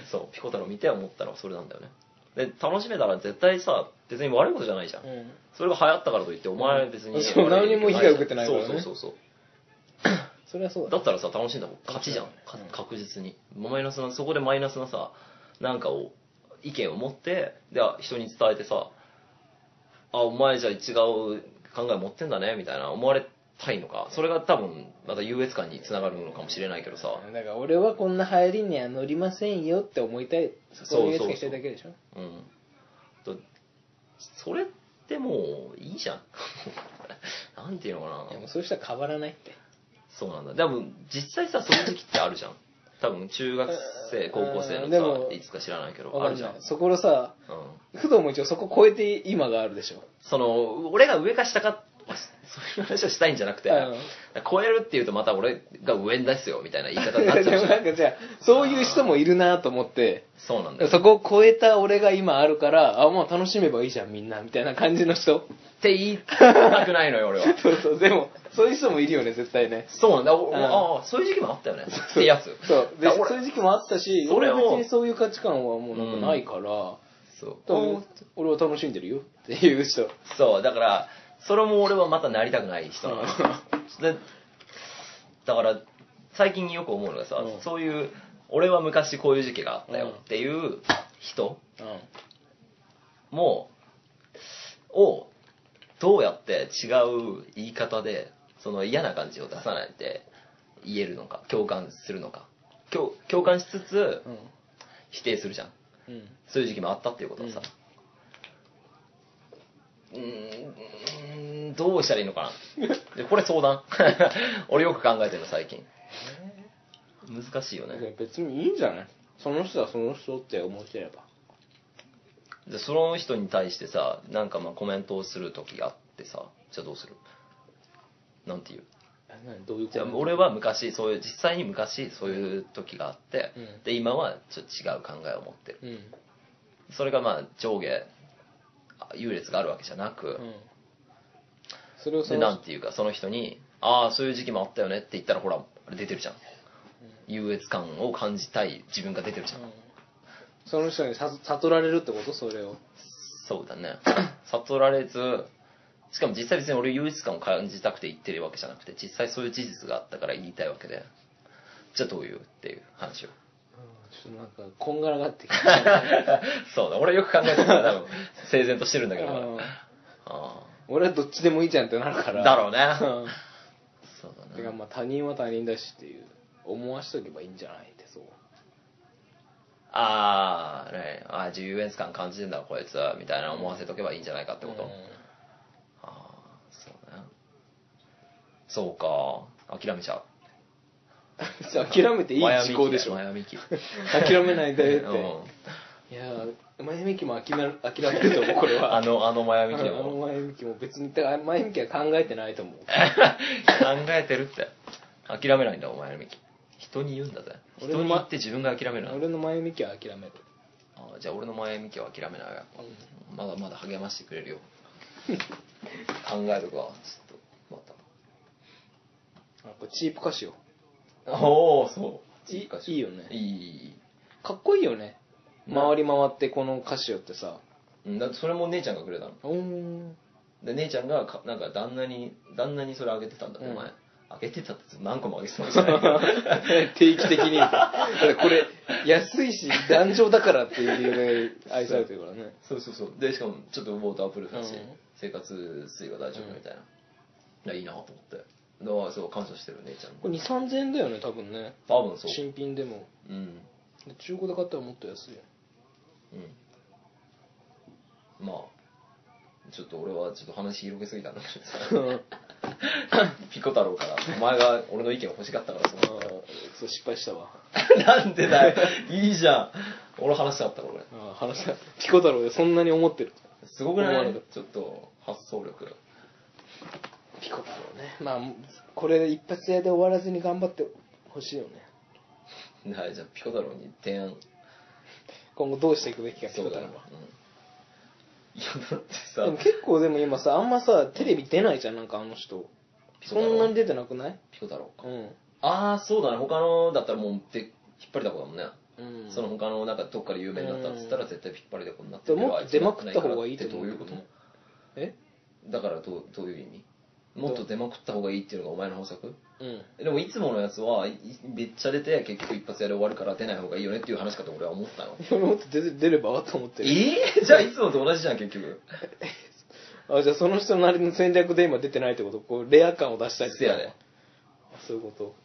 B: そうピコ太郎見て思ったのはそれなんだよねで楽しめたら絶対さ別に悪いことじゃないじゃん、
A: うん
B: それが流行ったからといってお前別に、
A: そう何にも被害受けてないからね
B: そうそうそうそう
A: それはそうだ
B: だったらさ楽しんだ方が勝ちじゃん、か
A: うん
B: 確実にマイナスなそこでマイナスなさなんかを意見を持ってで人に伝えてさあお前じゃあ違う考え持ってんだねみたいな思われたいのかそれが多分また優越感につながるのかもしれないけどさ
A: だから俺はこんな流行りには乗りませんよって思いたい
B: そう
A: そういうやつがしてるだけでしょ
B: うんとそれってもういいじゃん なんていうのか
A: いやも
B: な
A: うそういう人は変わらないって
B: そうなんだでも実際さそういう時期ってあるじゃん多分中学生高校生の
A: う
B: さ
A: んでも
B: いつか知らないけど
A: わ
B: あ
A: か
B: る
A: ん
B: じゃ
A: なんい、そこのさ
B: うん、
A: 工藤も一応そこ超えて今があるでしょ
B: その俺が上か下かそういう話をしたいんじゃなくて、
A: うん
B: 超えるっていうとまた俺が上ですよみたいな言い方になっち
A: で
B: ゃう
A: も
B: し
A: なんかじゃあそういう人もいるなと思って
B: そうなんだよ
A: そこを超えた俺が今あるからあもう楽しめばいいじゃんみんなみたいな感じの人
B: って言いたくないのよ 俺は
A: そうそうでもそういう人もいるよね絶対ね
B: そうなんだ、お
A: うん
B: ああそういう時期もあったよねってやつ
A: そうで
B: だから
A: そ
B: 俺
A: ういう時期もあったし
B: それ
A: 俺
B: を
A: 別にそういう価値観はもうなんかないから、
B: そう
A: 多分俺は楽しんでるよっていう人
B: そうだからそれも俺はまたなりたくない人なのでだから最近よく思うのがさ、
A: うん
B: そういう俺は昔こういう時期があったよっていう人
A: う
B: もをどうやって違う言い方でその嫌な感じを出さないって言えるのか共感するのか共共感しつつ
A: ん
B: 否定するじゃん
A: うんうん
B: そういう時期もあったっていうことをさ、うーん、うーんどうしたらいいのかなでこれ相談 俺よく考えてるの最近難しいよ
A: だから
B: ね
A: 別にいいんじゃないその人はその人って思ってれば
B: でその人に対してさなんかまあコメントをする時があってさじゃあどうするなんて言う
A: え何どういうこ
B: じ
A: と
B: ゃあ俺は昔そういう実際に昔そういう時があって、
A: うん
B: で今はちょっと違う考えを持ってる
A: うん
B: それがまあ上下あ優劣があるわけじゃなく、
A: うんそれをそ
B: で
A: の
B: なんていうかその人に「ああそういう時期もあったよね」って言ったらほらあれ出てるじゃん優越感を感じたい自分が出てるじゃん、
A: うんその人にさ悟られるってことそれを
B: そうだね 悟られずしかも実際別に俺優越感を感じたくて言ってるわけじゃなくて実際そういう事実があったから言いたいわけでじゃあどういうっていう話を
A: ちょっとなんかこんがらがってき
B: そうだ俺よく考えてたら多 分整然としてるんだ
A: た
B: けどまだ
A: うん
B: あ
A: 俺はどっちでもいいじゃんってなるか
B: あ
A: ら
B: だろうね
A: うん
B: そうだ
A: て
B: ね
A: かまあ他人は他人だしっていう思わしとけばいいんじゃないってそう
B: あーねあー優越感感じてんだこいつみたいな思わせとけばいいんじゃないかって こと、ああそうねそうか諦めち ゃ
A: うん
B: う
A: 諦めていい思考でしょ
B: マヤミキだ
A: 諦めないんだ
B: マヤミ
A: よ
B: キ
A: っていやー前向きも諦める諦めると思うこれ
B: うん
A: は
B: あのあのマヤ
A: あ
B: ミキで
A: の
B: も考
A: 前向きも別にだから前向きは考えてないと思う
B: えてるって諦めないんだお前ミキ人に言うんだぜ
A: 俺
B: 人
A: の
B: に
A: ま
B: 言って自分が諦めるな
A: 俺の前向きは諦める
B: あーじゃあ俺のマヤミキは諦めないわまだまだ励ましてくれる よ考えとくわちょっとまた
A: あこれチープ歌詞を
B: おおそう
A: いいいよね
B: いい
A: かっこいいよね
B: ね
A: 回り回ってこの歌詞をってさ
B: うんだってそれも姉ちゃんがくれたの
A: おー
B: で姉ちゃんがかなんか旦那に旦那にそれあげてたんだって、
A: うん
B: お前あげてたって何個もあげてたんじゃないけど
A: 定期的にだからこれ安いし頑丈だからっていう理由で愛されてるからね
B: そうそうそうでしかもちょっとウォータープルーフだし、
A: うん
B: 生活水は大丈夫みたいな、いやいいなと思ってだからそう感謝してる姉ちゃん
A: これ2 3 0 0円だよね多分ね
B: 多分そう
A: 新品でも
B: うん
A: で中古で買ったらもっと安い よ
B: うんまあちょっと俺はちょっと話広げすぎたんだけどさ ピコ太郎からお前が俺の意見を欲しかったからそ
A: あ
B: う
A: ーそう失敗したわ
B: なんでだよ。いいじゃん。俺話したかった、これ。
A: あー話したピコ太郎でそんなに思ってる
B: すごくな
A: 思わないかっ
B: ちょっと、発想力。
A: ピコ太郎ねまあこれ一発屋で終わらずに頑張ってほしいよね
B: はい、じゃあ、ピコ太郎に提案。
A: 今後どうしていくべきかピコ太郎
B: ね
A: は。
B: うんいや、だってさ
A: でも、結構でも今さあんまさテレビ出ないじゃんなんかあの人
B: ピコ
A: そ
B: 太
A: んな
B: 郎
A: に。出てなくない
B: ピコ太郎か。
A: うん
B: ああ、そうだね。他のだったらもう、で引っ張りだこだもんね。
A: うん
B: その他の、なんか、どっかで有名になったっつった
A: う
B: ら、
A: ん
B: 絶対引っ張りだこになってる
A: でもっと出まくった方がいい
B: って
A: と
B: ど
A: 思
B: う
A: う
B: いうこと
A: え
B: だからどう、どういう意味もっと出まくった方がいいっていうのがお前の方策
A: うん
B: でもいつものやつはいめっちゃ出て結局一発やで終わるから出ない方がいいよねっていう話かと俺は思ったの
A: 俺 もっと出て出ればと思ってる
B: えー、じゃあいつもと同じじゃん結局
A: あじゃあその人なりの戦略で今出てないってことこうレア感を出したいって
B: せやで
A: そういうこと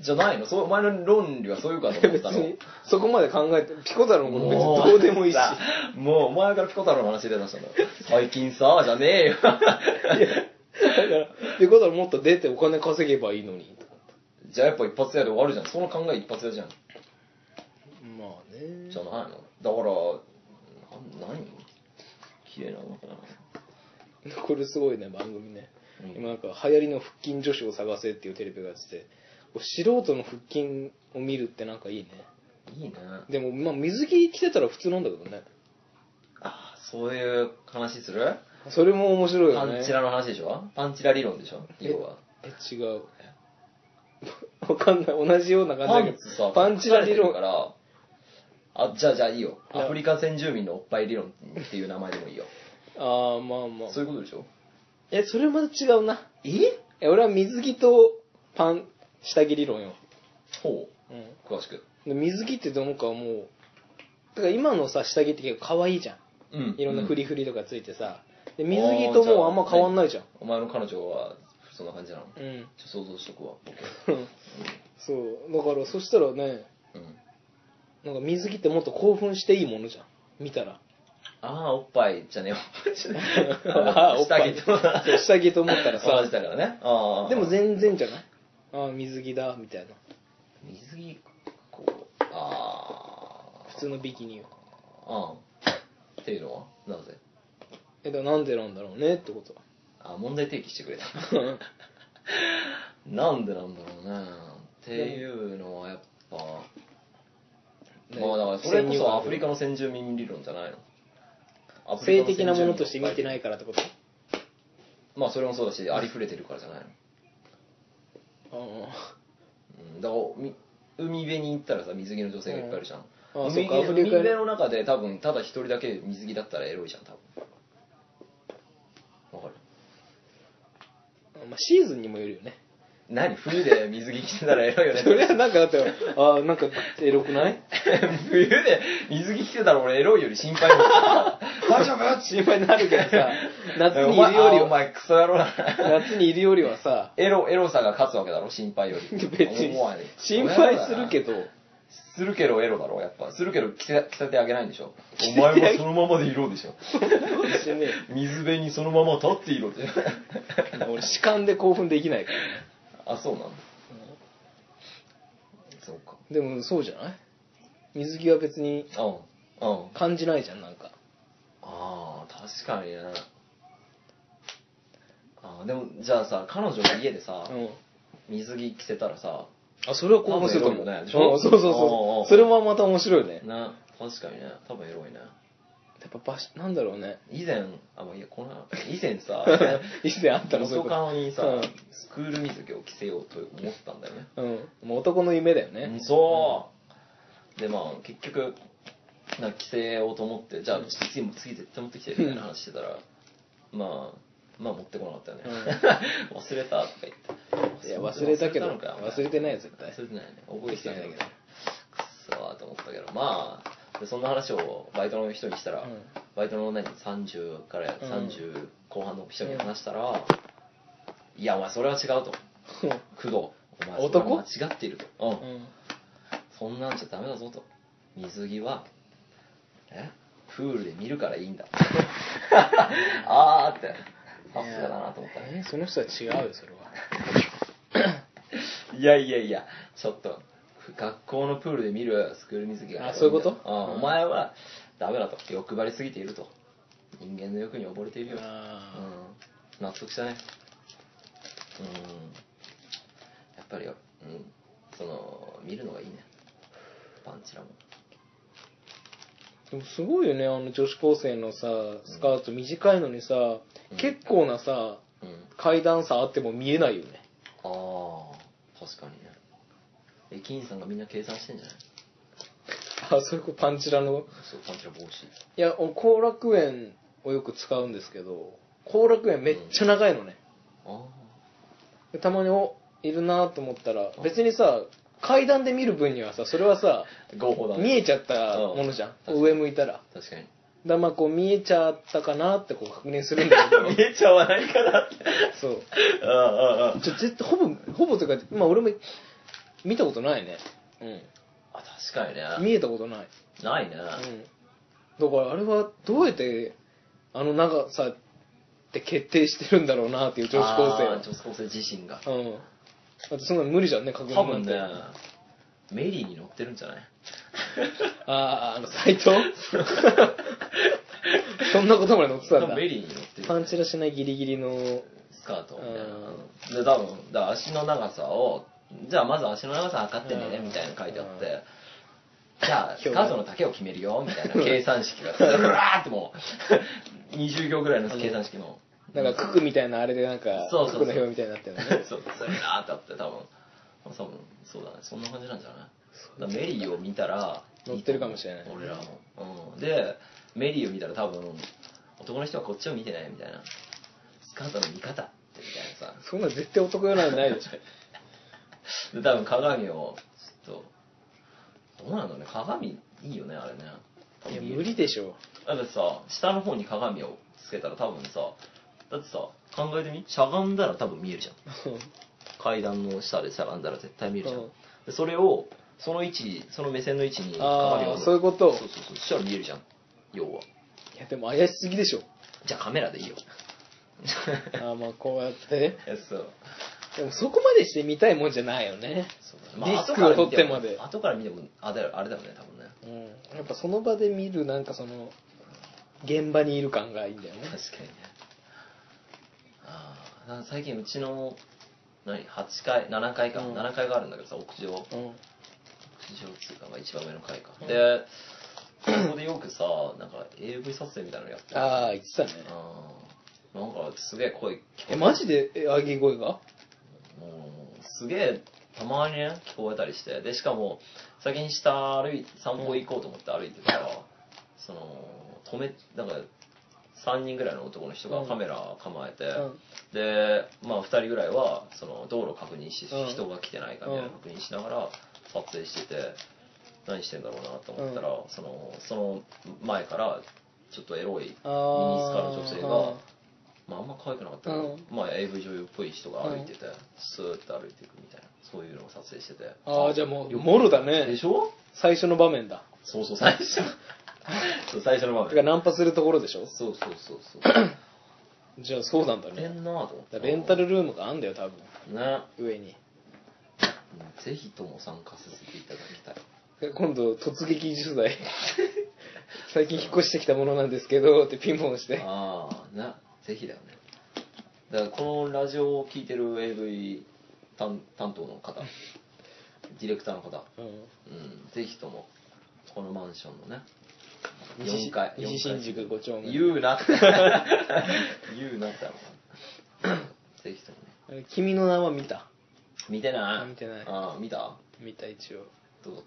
B: じゃないのそうお前の論理はそういうかと思っ
A: 別
B: たの
A: にそこまで考えてピコ太郎のこと別にどうでもいいし
B: さもうお前からピコ太郎の話出ましたんだよ最近さじゃねえよ
A: だからピコ太郎もっと出てお金稼げばいいのにとか
B: じゃあやっぱ一発やで終わるじゃんその考え一発やじゃんじゃないのだからな何綺麗なのかな
A: これすごいね、番組ね。
B: うん
A: 今なんか、流行りの腹筋女子を探せっていうテレビがやってて、こう素人の腹筋を見るってなんかいいね。
B: いいね
A: でも、まあ、水着着てたら普通なんだけどね。
B: あーそういう話する
A: それも面白い
B: パ
A: よね。
B: ンチラの話でしょパンチラ理論でしょ要は
A: え、違う。 わかんない。同じような
B: パ
A: 感じだ
B: ン
A: け
B: ツ
A: ど。
B: さ
A: パンチラ
B: 隠さ
A: 理
B: れてる
A: 論
B: か。らあじゃあじゃあいいよ
A: いや
B: アフリカ先住民のおっぱい理論っていう名前でもいいよ
A: ああ、まあまあ。
B: そういうことでしょ
A: え、それまた違うな。
B: え
A: え、俺は水着とパン、下着理論よ。
B: ほ
A: うん。
B: う詳しく
A: で水着ってどうかはもう、だから今のさ、下着って結構可愛いじゃん。
B: うん
A: いろんなフリフリとかついてさ。で、水
B: あ
A: 着
B: ー
A: ともうあんま変わんないじゃん。
B: お前の彼女はそんな感じなのちょ
A: うん。
B: っと想像しとくわ
A: そう。だから、そしたらね、
B: うん
A: なんか水着ってもっと興奮していいものじゃん。見たら。
B: ああおっぱいじゃねえよ
A: あーおっ
B: 下
A: ぱい
B: 着と
A: 下着と思ったら
B: そう
A: さ
B: 話。だからねああ
A: でも全然じゃないああ、水着だ、みたいな。
B: 水着こうあ
A: 普通のビキニを。
B: あうんっていうのはなぜ
A: え、だからなんでなんだろうねってこと。
B: あ問題提起してくれ た なんでなんだろうねっていうのはやっぱまあだからそれこそアフリカの先住民理論じゃないの アフリカ
A: 性
B: の先
A: 的
B: 住民
A: な
B: の
A: ものとして見てないからってこと
B: まあそれもそうだしありふれてるからじゃないの
A: あ
B: うんだからみ海辺に行ったらさ水着の女性がいっぱいいるじゃん、
A: うんあ
B: 海
A: そっかア
B: 辺
A: フリカ
B: 海辺の中で多分ただ一人だけ水着だったらエロいじゃん多分わかる
A: あまあ、シーズンにもよるよね。
B: 何冬で水着着てたらエロいよね
A: そ れはなんか だって、ああ、なんかエロくない
B: 冬で水着着てたら俺エロいより心配だ 大丈夫
A: 心配になるけどさ、 夏にいる
B: お前
A: より
B: あお
A: は、
B: 前クソ野郎だな
A: 夏にいるよりはさ、
B: エロエロさが勝つわけだろ心配より
A: 別に
B: 思わない
A: 心配するけど、
B: するけどエロだろやっぱするけど着せ着せてあげないんでしょお前はそのままでいろでしょ
A: 私ね、
B: 水辺にそのまま立っていろって
A: 俺主観で興奮できないからね。
B: あそうなんだ、そうか
A: でもそうじゃない水着は別に
B: うんうん
A: 感じないじゃん、なんか。
B: ああ確かにねあーでもじゃあさ彼女が家でさ、
A: うん。
B: 水着着せたらさ
A: あ、それは興奮すると思
B: 多
A: う。
B: 分エロいよね
A: うん
B: でしょ
A: そうそう
B: おうお
A: そうう。それもまた面白いね。
B: ね確かにね多分エロいね
A: やっぱ場所、なんだろう ね。
B: 以前あまあいやこの以前 さ
A: 以前あったのそういう
B: 元
A: こ
B: カ
A: と
B: ノにさ、
A: うん
B: スクール水着を着せようと思ったんだよね
A: うん。もう男の夢だよね。
B: そう、でまあ結局なんか着せようと思ってじゃあ次も次絶対持ってきてみたいな話してたら、まあまあ持ってこなかったよね、 忘れたとか言って
A: いや、忘れたけど、
B: のか
A: 忘れてないよ、絶対。
B: 忘れてないね覚えてないんだけど
A: 忘れて
B: くそーと思ったけどまあでそんな話をバイトの人にしたら、
A: うん
B: バイトの何30から
A: うん
B: 30後半の人に話したら、いやお前それは違うと工藤お前それ
A: 男
B: は間違っていると、うん
A: うん
B: そんなんじゃダメだぞと水着はえプールで見るからいいん だあーってさすがだなと思ったね
A: えその人は違うよ、それは。
B: いやいやいやちょっと学校のプールで見るスクール水着が
A: あそういうこと
B: あー
A: うん
B: お前はダメだと欲張りすぎていると人間の欲に溺れているよ、うん、
A: あ
B: 納得したねうんやっぱりよ、うん、その見るのがいいねパンチラも
A: ーでもすごいよね、あの女子高生のさ、スカート短いのにさ、
B: うん
A: 結構なさ、
B: うん
A: 階段差あっても見えないよね。
B: ああ確かにね駅員さんがみんな計算してんじゃない
A: あ、そういうことパンチラの。
B: そうパンチラ防止
A: いや、俺後楽園をよく使うんですけど、後楽園めっちゃ長いのね。
B: あ
A: でたまにお、いるなと思ったら、別にさ、階段で見る分にはさ、それはさ、
B: あ合法だ
A: 見
B: ね
A: えちゃったものじゃん。
B: うん
A: 上向いたら。
B: 確かに
A: だまあこう見えちゃったかなってこう確認する んだけど、
B: えちゃわないからって
A: そう。
B: ああああ
A: ちょ、絶対ほぼ、ほぼというか、まあ俺も見たことないね。
B: あ確か
A: う
B: に
A: ん。
B: ね
A: 見えたことない。
B: ないね、
A: うん。だからあれはどうやって、あの長さって決定してるんだろうなっていう女子高生
B: あー女子高生自身が
A: は。うん。だってそんなの無理じゃんね、確認
B: 多分ね
A: なんて
B: メリーに乗ってるんじゃない
A: ああ、あの、斎 藤そんなことまで載ってたんだ。
B: メリーに乗ってる
A: パンチラしないギリギリの、
B: スカートみたい
A: うん
B: なで多分だから足の長さをじゃあまず足の長さ測ってね
A: うん
B: みたいなの書いてあってじゃあス
A: 今日
B: カ
A: は
B: ートの丈を決めるよみたいな 計算式がずらーってもう 20行ぐらいの計算式の
A: なんか、ククみたいなあれでなんか、
B: そうそうそう
A: ククの表みたいになってるのね。
B: そうそれなーってあって多分多分そうだねそんな感じなんじゃないだからメリーを見たら
A: 乗ってるかもしれない
B: 俺らも、うん、でメリーを見たら多分男の人はこっちを見てないみたいなスカートの見方ってみたいなさ
A: そんな絶対男用なんてないでしょ。
B: で多分鏡をちょっとどうなんだろうね鏡いいよねあれね
A: いや、無理でしょ。
B: だってさ下の方に鏡をつけたら多分さだってさ考えてみしゃがんだら多分見えるじゃん階段の下でしゃがんだら絶対見るじゃん、
A: うん
B: でそれをその位置その目線の位置に
A: あー
B: 鏡を
A: そういうこと
B: そうそうそうしたら見えるじゃん要はい
A: や、でも怪しすぎでしょ。
B: じゃあカメラでいい よ
A: ああ、まあ、こうやってね。
B: えそう
A: でも、そこまでして見たいもんじゃないよね。
B: そう
A: リスクを取ってまで
B: 後から見てもあだよあれだよね多分ね
A: うん。やっぱ、その場で見る、なんかその、現場にいる感がいいんだよね
B: 確。かにねああなんか最近うちの何8階7階か、
A: うん
B: 7階があるんだけどさ屋上屋上
A: うん。
B: っていうか、まあ、一番上の階か、
A: うん
B: でそこでよくさなんか AV 撮影みたいなのやってる
A: ああ、言ってたね。
B: うんなんかすげえ声聞こ
A: え、マジで、え、あげ声が
B: うんすげえたまにね聞こえたりしてでしかも先に下歩い散歩行こうと思って歩いてたら、その止めなんか3人ぐらいの男の人がカメラ構えて、
A: うん
B: でまあ2人ぐらいはその道路確認して、
A: うん
B: 人が来てないかみたいなの確認しながら撮影してて何してんだろうなと思ったら、
A: う
B: そのその前からちょっとエロいミニスカ
A: あ
B: の
A: ー
B: 女性
A: うん
B: が。まあ、あんま可愛くなかったけど、
A: う
B: まあ AV 女優っぽい人が歩いてて、スーッと歩いていくみたいなそういうのを撮影してて
A: ああ、じゃあもう、もろだ
B: で
A: ね。
B: しょ
A: 最初の場面だ。
B: そうそう最 初そう最初の場
A: てか、
B: 面
A: ナンパするところでしょ
B: そうそうそう そう
A: じゃあ、そうなんだ
B: れ
A: ね。
B: んなぁと思って
A: だからレンタルルームがあんだよ、多分。
B: ね
A: 上に。
B: ぜひとも参加させていただきたい
A: で今度、突撃取 材。最近引っ越してきたものなんですけど、ってピンポンして。
B: ああなぜひだよねだからこのラジオを聞いてる AV 担担当の方ディレクターの方、
A: うん。
B: うん、ぜひともこのマンションのね
A: 西
B: 4階
A: 西新宿5丁目
B: 言うな 言うなったら ぜひともね
A: あれ君の名は見た
B: 見てない
A: あ見てない
B: ああ見た
A: 見た一応
B: どうだっ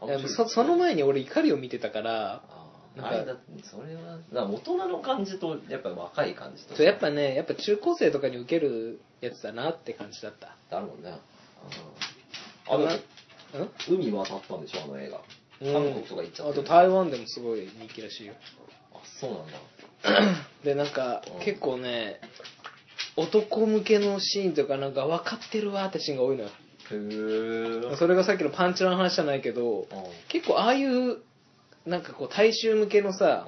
B: た
A: いやそその前に俺怒りを見てたから
B: あ
A: なんか
B: あれだってそれはだから大人の感じとやっぱ若い感じと
A: そうやっぱねやっぱ中高生とかに受けるやつだなって感じだった
B: あるもんねあのあだって
A: うん
B: 海渡ったんでしょあの映画韓国とか行っちゃっ
A: あ
B: て
A: と
B: る
A: 台湾でもすごい人気らしいよ
B: あそうなんだ
A: でなんか
B: うん
A: 結構ね男向けのシーンとかなんか分かってるわってシーンが多いのよ
B: へえ
A: それがさっきのパンチラの話じゃないけど結構ああいうなんかこう大衆向けのさ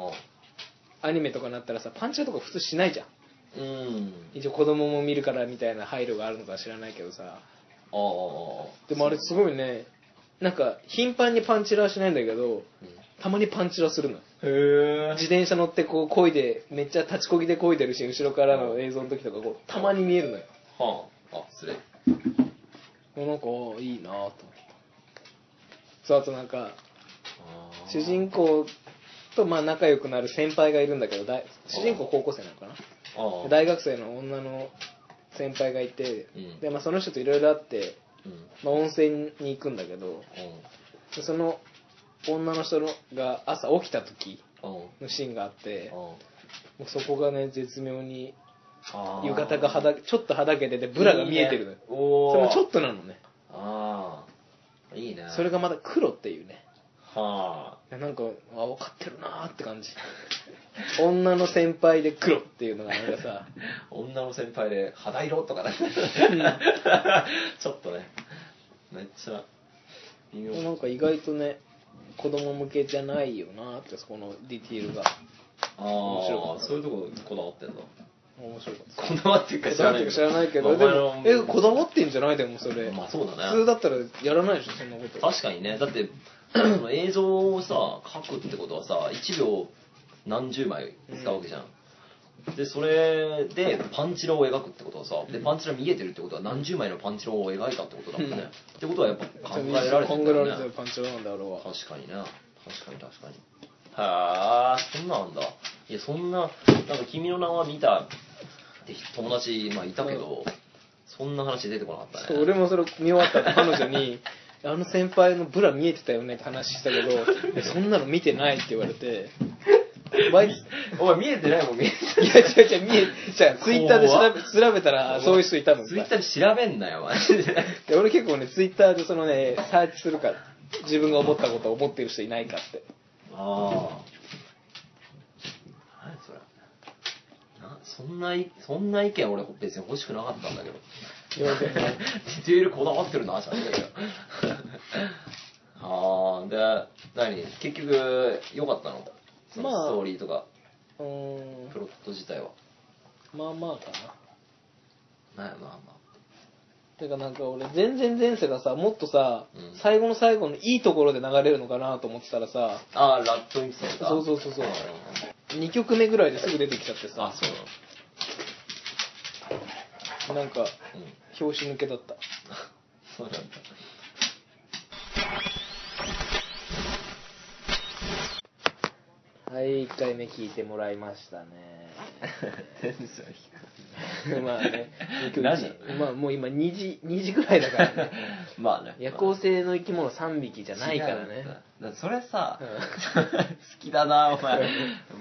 A: アニメとかになったらさパンチラとか普通しないじゃん
B: うん
A: 一応子供も見るからみたいな配慮があるのかは知らないけどさ
B: ああ
A: でもあれすごいねなんか頻繁にパンチラはしないんだけどたまにパンチラするの
B: へえ
A: 自転車乗ってこう漕いでめっちゃ立ちこぎで漕いでるし後ろからの映像の時とかこうたまに見えるのよ
B: はああ失礼
A: もうなんかああいいなぁと思ったそうあとなんか主人公とまあ仲良くなる先輩がいるんだけど大主人公高校生なのかな
B: 公
A: 大学生の女の先輩がいて、
B: うん
A: でまあ、その人といろいろあって、
B: うんうん
A: まあ、温泉に行くんだけどでその女の人のが朝起きた時
B: うん
A: のシーンがあって
B: うん
A: もうそこがね絶妙に
B: あー
A: 浴衣がはだちょっとはだけててブラが見えてるのよ
B: いいねお
A: それ
B: お
A: もちょっとなのね
B: ああいいね
A: それがまだ黒っていうね
B: はあ
A: なんかあ分かってるなーっ て感じ女の先輩で黒っていうのがなんかさ
B: 女の先輩で肌色とかねちょっとねめっちゃ微妙
A: なんか意外とね子供向けじゃないよなーってそこのディティールが
B: あ
A: 面白かっ
B: あ
A: た
B: そういうとここだわってんの
A: 面白かった
B: こだわってるか
A: え
B: 知ら
A: 誰
B: ない
A: ってか知らないけ
B: まあ
A: ど
B: お
A: で
B: 前
A: も
B: の
A: えこだわってんじゃないでもそれ
B: まあそうだね
A: 普通だったらやらないでしょそんなこと
B: 確かにねだってその映像をさ書くってことはさ1秒何十枚使うわけじゃん、でそれでパンチラを描くってことはさでパンチラ見えてるってことは何十枚のパンチラを描いたってことだもんね、
A: うん
B: ってことはやっぱ考えられて
A: 考
B: ん
A: え
B: だ
A: ら
B: よ
A: れてる
B: ね
A: パンチラなんだあれは
B: 確かにな確かに確かにはあそんなんだいやそんななんか「君の名は見た」って友達、まあ、いたけど、そんな話出てこなかったね
A: そう俺もそれ見終わった後彼女 に「あの先輩のブラ見えてたよね」って話したけど 「えそんなの見てない」って言われ て「バイい
B: お前見えてないもん見えてない
A: や違う違う見えじゃあツイッターで調べ調べたらあそういう人いた の
B: ツイッターで調べんなよ、マジで。
A: で俺結構ねツイッターでそのねサーチするから自分が思ったことを思ってる人いないかって
B: ああ。何それ。な、そんな意、そんな意見俺別に欲しくなかったんだけど。
A: 言われて
B: デ
A: ね
B: ィテールこだわってるな、じゃねえよ。ああ、で、何結局、良かったのその
A: まあ
B: ストーリーとか、
A: うーん
B: プロット自体は。
A: まあまあか
B: ま
A: な
B: あまあま
A: てかなんか俺全然前世がさもっとさ、
B: うん
A: 最後の最後のいいところで流れるのかなと思ってたらさ
B: あ。ああ、ラットインソンか。
A: そうそうそうそうん
B: んん
A: 2曲目ぐらいですぐ出てきちゃって
B: あ、
A: さ
B: そうなの。
A: なんか
B: うん。
A: 拍子抜けだった
B: そう なんだ。
A: はい1回目聞いてもらいました ね
B: テンション低い。
A: まあね2曲
B: 何
A: 目まあもう今2時2時ぐらいだから ね
B: まあね。
A: 夜行性の生き物3匹じゃないから
B: 違う
A: ね
B: んだだそれさ、
A: うん
B: 好きだな、お前。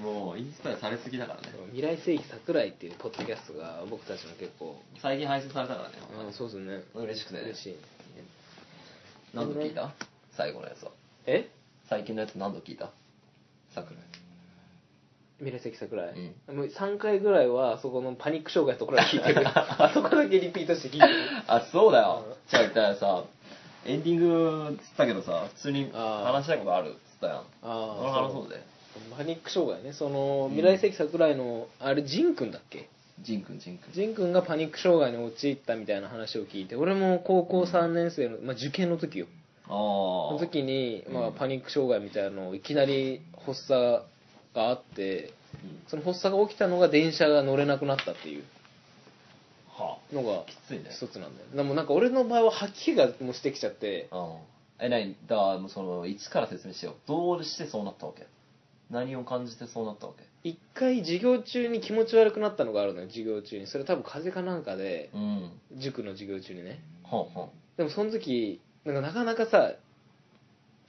B: もう、インスパイアされすぎだからね。
A: 未来世紀桜井っていうポッドキャストが僕たちの結構
B: 最近配信されたからね。
A: あそうですね
B: 嬉しくてね。
A: 嬉しいね
B: 何度聞いた最後のやつは。
A: え
B: 最近のやつ何度聞いた桜井。
A: 未来世紀桜井、もう3回ぐらいはそこのパニック障害のところは聞い てるあそこだけリピートして聞いてる
B: あ、そうだよ
A: うん。
B: じゃあ、だからさ、エンディングっつったけどさ、普通に
A: あー
B: 話したいことあるっつったやん。
A: あー
B: 俺話そうぜ。
A: パニック障害ねその未来世紀桜井の、あれジンくんだっけ
B: ジンくん、ジンくん。
A: ジンくんがパニック障害に陥ったみたいな話を聞いて俺も高校3年生の、まあ、受験の時よ
B: あ
A: そ
B: あ。
A: の時に、ま
B: う
A: あ、
B: ん
A: パニック障害みたいなのをいきなり発作があって
B: うん
A: その発作が起きたのが電車が乗れなくなったっていう
B: は
A: のが
B: あ。きついね。
A: 一つなんだよでもなんか俺の場合は吐き気がもうしてきちゃって
B: うんえ、なに、だから、その、一から説明してよ。どうしてそうなったわけ何を感じてそうなったわけ
A: 一回授業中に気持ち悪くなったのがあるのよ授業中にそれ多分風邪かなんかで
B: うん。
A: 塾の授業中にね
B: ほんほん。
A: でもその時なんかなかなかさ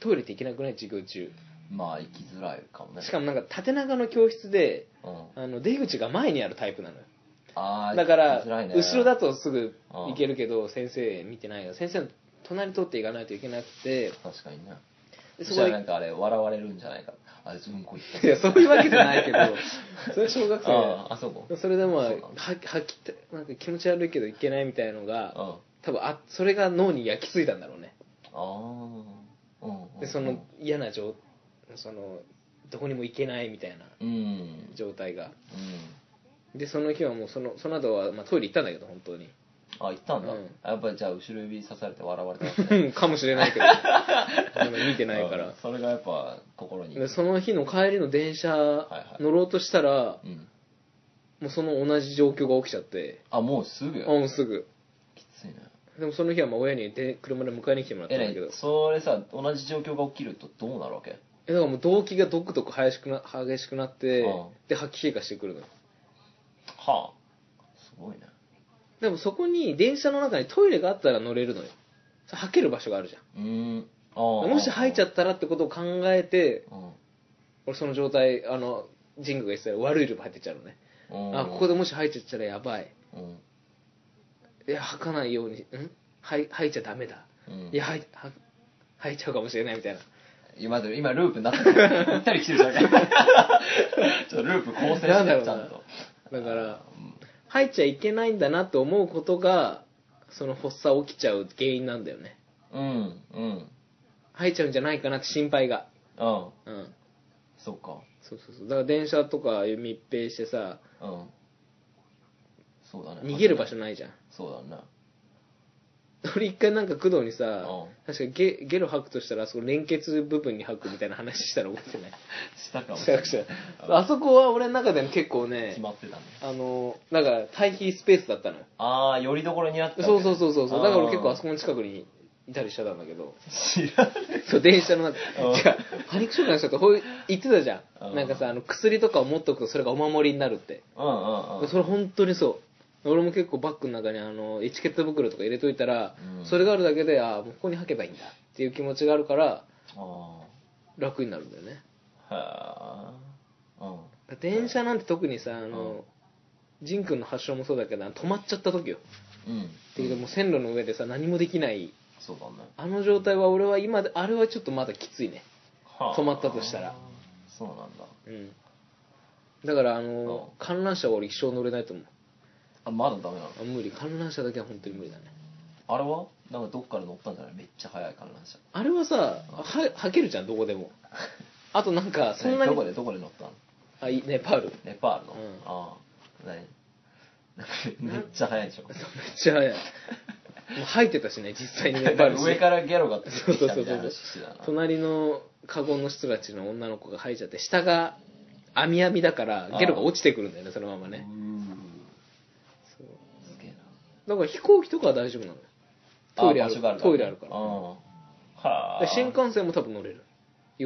A: トイレって行けなくない授業中
B: まあ、生きづらいかもね。
A: しかもなんか縦長の教室で
B: うん。
A: あの出口が前にあるタイプなのよ
B: ああ、
A: だから
B: 生きづらいね、
A: 後ろだとすぐ行けるけど先生見てないから先生の隣通っていかないといけなくて
B: 確かにね。
A: で
B: そした
A: そこで
B: らなんかあれ、笑われるんじゃないか。あいつ、うんこ行っ
A: い
B: た。
A: やそういうわけじゃ ないけどそれは小学生
B: ああ、あそこ。
A: それでもは
B: そうなの
A: はきたなんか気持ち悪いけどいけないみたいの
B: うん。
A: が
B: あ
A: 多分あそれが脳に焼き付いたんだろうね
B: あー。うん。
A: でその、嫌な状そのどこにも行けないみたいな
B: うん。うん。
A: 状態がでその日はもうそのその後はまあトイレ行ったんだけど本当に
B: あ、行ったんだ
A: うん。
B: やっぱりじゃあ、後ろ指刺されて笑われたわけ
A: うん かもしれないけどまだ見てない
B: う
A: か
B: ん
A: ら
B: それがやっぱ、心に。
A: でその日の帰りの電車
B: い
A: 乗ろうとしたら、
B: うん。
A: もうその同じ状況が起きちゃって
B: あ、もうすぐ
A: あもうすぐ
B: きついね。
A: でもその日はまあ親にで車で迎えに来てもらった
B: え
A: ん
B: ら
A: だ
B: い
A: けど
B: それさ同じ状況が起きるとどうなるわけ
A: えだからもう動機がドクドク激しくな激しくなって、
B: うん
A: で吐き気がしてくるの
B: はあすごいね
A: でもそこに電車の中にトイレがあったら乗れるのよそれ吐ける場所があるじゃ
B: うーんあ
A: んもし吐いちゃ
B: っ
A: ったらってことを考えて
B: た、うん
A: 俺その状態あのジングが言ってたら悪いループ入ってっちゃうのね、
B: うん、
A: あここでもし吐いちゃったらやばい
B: うん、
A: いや吐かないようにん吐い吐いちゃダメだ
B: うん、
A: いや吐い吐吐いちゃうかもしれないみたいな
B: 今で今ループになってる行ったり来て るじゃないかちょっとループ構成してちゃ
A: なん
B: ん
A: だろう
B: と
A: なだから入っちゃいけないんだなと思うことがその発作起きちゃう原因なんだよね
B: うんうんうん
A: 入っちゃうんじゃないかなって心配が
B: あ
A: うん
B: そうか
A: そうそうそうだから電車とか密閉してさ
B: うんそうだね
A: 逃げる場所ないじゃん
B: そうだね
A: 俺一回なんか工藤にさ
B: うん
A: 確かゲゲロ吐くとしたらあそこ連結部分に吐くみたいな話したら覚えてない
B: したかも
A: し
B: したれな
A: か
B: い
A: しらあそこは俺の中でも結構ね
B: 決まってたね
A: あのなんか待避スペースだったのよ
B: ああよりどころにあった
A: そうそうそうそうそうだから俺結構あそ
B: こ
A: この近くにいたりしてたんだけど
B: 知らない
A: そう電車の中
B: うん
A: 違うパニック障害の人ってこう言ってたじゃ
B: うん
A: んなんかさあの薬とかを持っておくとそれがお守りになるって
B: うんうんうん
A: それ本当にそう俺も結構バッグの中にあのエチケット袋とか入れといたら、
B: うん
A: それがあるだけでああもうここに履けばいいんだっていう気持ちがあるから
B: あ
A: 楽になるんだよね
B: あはあうん
A: 電車なんて特にさあの、ジン君の発症もそうだけどあの止まっちゃった時よ
B: うん
A: っていうかもう線路の上でさ何もできない
B: そうだね
A: あの状態は俺は今であれはちょっとまだきついね
B: はあ
A: 止まったとしたら
B: そうなんだ
A: うんだからあの、
B: う
A: 観覧車は俺一生乗れないと思う
B: あまだダメなの
A: あ無理観覧車だけは本当に無理だね
B: あれはなんかどっから乗ったんじゃないめっちゃ速い観覧車
A: あれはさははけるじゃんどこでもあとなんかそんな
B: ね
A: に
B: どこでどこで乗ったの
A: あいネパールめっ
B: ネパールの、
A: うん
B: ああ何 なんかめっちゃ速いでしょ
A: ちゃ早いもう吐いてたしね実際にネパー ル
B: 上からゲロが出て
A: そう
B: き
A: そう
B: た
A: そう
B: みたいな
A: そう
B: 話してたな
A: 隣のカゴの人たちの女の子が吐いちゃって下が網網だからゲロが落ちてくるんだよねそのまま
B: うー
A: ね
B: ん
A: そう
B: すげえな
A: だから飛行機とかは大丈夫なのよトイレある
B: 場所がら
A: トイレあるから
B: うんはあ
A: で新幹線も多分乗れる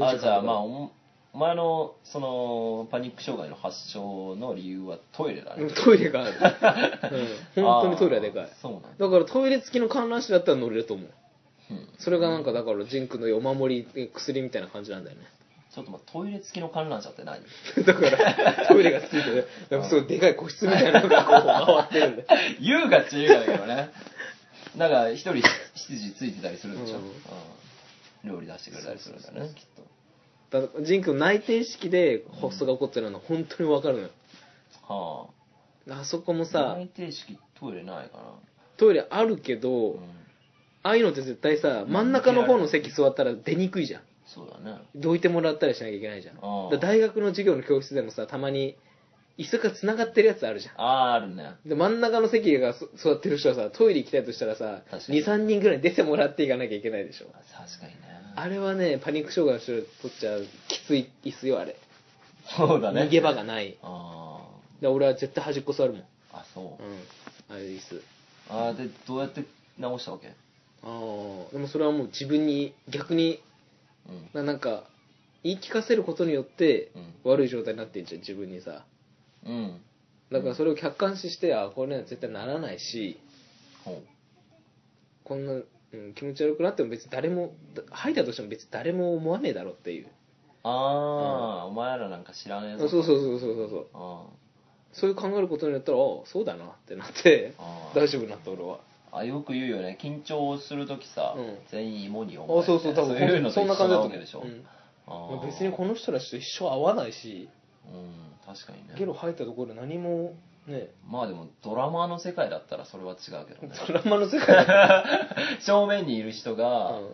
B: あじゃあまあ
A: あ
B: おお前のそのパニック障害の発症の理由はトイレだね
A: トイレがある、うん、本当にトイレはでか
B: あ
A: い
B: ーそうなんだ、
A: だからトイレ付きの観覧車だったら乗れると思う
B: うん
A: それがなんかだからジンクのお守り薬みたいな感じなんだよね
B: ちょっと待ってトイレ付きの観覧車って何
A: だからトイレがついててなんかすごいでかい個室みたいなのがこう回ってるんで
B: 優雅っちゃ優雅だけどねなんか一人執事ついてたりするんでしょ、
A: うん
B: うん料理出してくれたりするんだねきっと
A: だからジンクの内定式で発作が起こってるのは本当にわかるのよ
B: は
A: あそこも
B: あ
A: さ
B: 内定式トイレないかな、
A: トイレあるけど、
B: うん、
A: ああいうのって絶対さ真ん中の方の席座ったら出にくいじゃん
B: そうだね
A: どいてもらったりしなきゃいけないじゃんだ
B: ああ
A: から大学の授業の教室でもさたまに椅子が繋がってるやつあるじゃん
B: あああるね
A: で真ん中の席がそ座ってる人はさトイレ行きたいとしたらさ
B: 確かに
A: 23人ぐらい出てもらっていかなきゃいけないでしょ
B: 確かにね
A: あれはねパニック障害の人にとっちゃきつい椅子よあれ
B: そうだね
A: 逃げ場がない
B: あ
A: で俺は絶対端っこ座るもん、
B: ーあそう
A: う、ん、ああいう椅子
B: ああでどうやって直したわけ
A: ああでもそれはもう自分に逆に
B: うん
A: ななんか言い聞かせることによって
B: うん
A: 悪い状態になってんじゃん自分にさ
B: うん
A: だからそれを客観視してあこれには絶対ならないし
B: ほ
A: こんな、うん、気持ち悪くなっても別に誰もだ吐いたとしても別に誰も思わねえだろっていう
B: うああ、お前らなんか知らねえ
A: あ
B: ぞ
A: そうそうそうそうそうそう
B: あー
A: そういう考えることによったらあそうだなってなって
B: あー
A: 大丈夫になった俺は
B: あよく言うよね緊張するときさ、
A: うん
B: 全員芋に
A: あ
B: 思
A: そうそう多
B: そう
A: 分
B: いうのと
A: そ
B: 一緒
A: ん
B: な
A: な感じだと
B: わ
A: 思
B: け
A: う
B: でしょ、
A: うん
B: あー
A: 別にこの人たちと一生合わないし
B: うん確かにね
A: ゲロ吐いたところで何もね
B: まあでもドラマの世界だったらそれは違うけどね
A: ドラマの世 界だ、
B: 正面にいる人
A: う
B: が、
A: ん、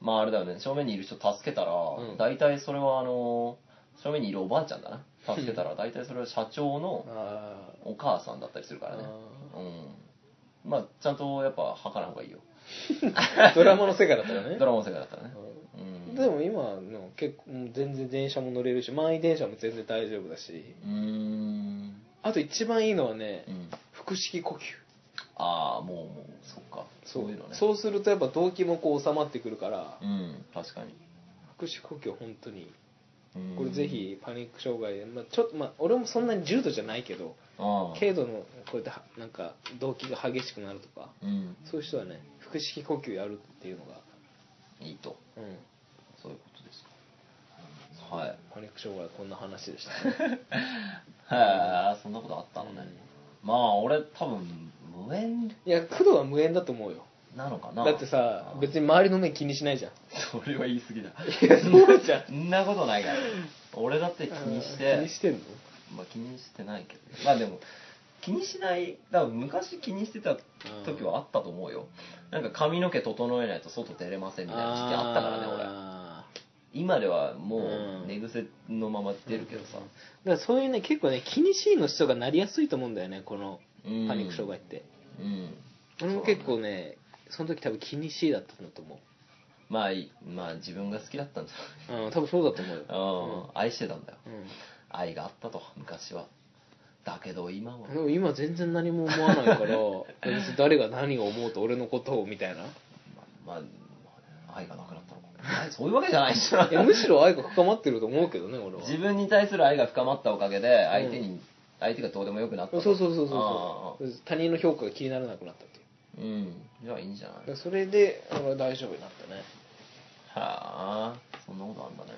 B: まああれだよね正面にいる人助けたら、
A: ん
B: 大体それはあの正面にいるおばあちゃんだな助けたら大体それは社長の
A: あ
B: お母さんだったりするからねうんまあちゃんとやっぱ吐かない方がいいよ
A: ードラマの世界だったらね
B: ドラマの世界だったらね
A: う
B: うん
A: んでも今の結構もう全然電車も乗れるし満員電車も全然大丈夫だし
B: うーん
A: あと一番いいのはね
B: うん
A: 腹式呼吸
B: ああもうもうそっかそういうのね
A: そうするとやっぱ動悸もこう収まってくるから
B: うん確かに
A: 腹式呼吸は本当にいい
B: うん
A: これぜひパニック障害で、まあ、ちょっとまあ俺もそんなに重度じゃないけど
B: ああ
A: 軽度のこうやってはなんか動悸が激しくなるとか
B: うん
A: そういう人はね腹式呼吸やるっていうのが、
B: いいと
A: うん、
B: そういうことですかはい
A: パニック障害はこんな話でした、ね
B: へえそんなことあったのね、まあ俺多分無縁
A: いや工藤は無縁だと思うよ
B: なのかな
A: だってさ
B: うん
A: 別に周りの目気にしないじゃん
B: それは言い過ぎだ
A: いやそうじゃん
B: そんなことないから俺だって気にして
A: 気にしてんの
B: まあ気にしてないけどまあでも気にしないだから昔気にしてた時はあったと思うよなんか髪の毛整えないと外出れませんみたいな時期あったからね俺
A: あー
B: 今ではも
A: う
B: うん寝癖のまま出るけどさ
A: だからそういうね結構ね気にしいの人がなりやすいと思うんだよねこの
B: うん
A: パニック障害って
B: うん
A: 俺も結構ねその時多分気にしいだったんだと思
B: まあいいまあ自分が好きだったんじゃ
A: う、うん、多分そうだと 思うよ
B: ないうん、愛してたんだよ
A: うん
B: 愛があったと昔はだけど今は
A: でも今全然何も思わないから 別に誰が何を思うと俺のことをみたいな
B: まあ、まあ愛がなくなったのか 愛そういうわけじゃないでしょ
A: いやむしろ愛が深まってると思うけどね俺 は
B: 自分に対する愛が深まったおかげで相手に、相手がどうでもよくなった
A: そう
B: と
A: そうそうそうそう他人の評価が気にならなくなったっていう
B: ああうんじゃあいいんじゃない
A: だからそれで俺は大丈夫になったね
B: はあそんなことあんだね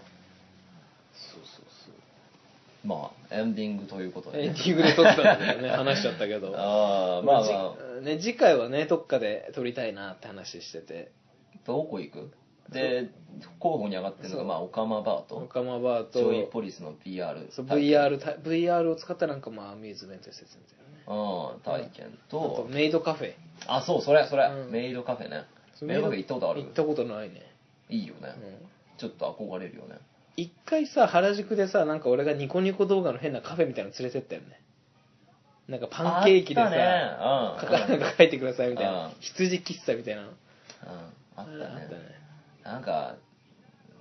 B: そうそうそうまあエンディングということで、
A: エンディングで撮ったんだけどね話しちゃったけ ど
B: ああまあまあ
A: じね、次回はねどっかで撮りたいなって話してて
B: どこ行くで候補に上がってるのがまあオカマバーと
A: 仲間バー
B: ジ
A: と
B: ョイポリスの PR
A: そう
B: 体験
A: VR, た VR を使ったなんかまあアミューズメント施設みたいなね
B: うん体験
A: あと
B: と
A: メイドカフェ
B: あそうそれそれ、
A: うん
B: メイドカフェねメイドカフェ行ったことある
A: 行ったことないね、
B: いいよね
A: う、ん
B: ちょっと憧れるよね
A: 一回さ原宿でさなんか俺がニコニコ動画の変なカフェみたいなの連れてったよねなんかパンケーキで
B: あ
A: さ、
B: ったねう
A: か
B: ん
A: かなんか書いてくださいみたいな、
B: うん
A: 羊喫茶みたいなの
B: うんあった
A: あ
B: ね
A: ったね
B: なんか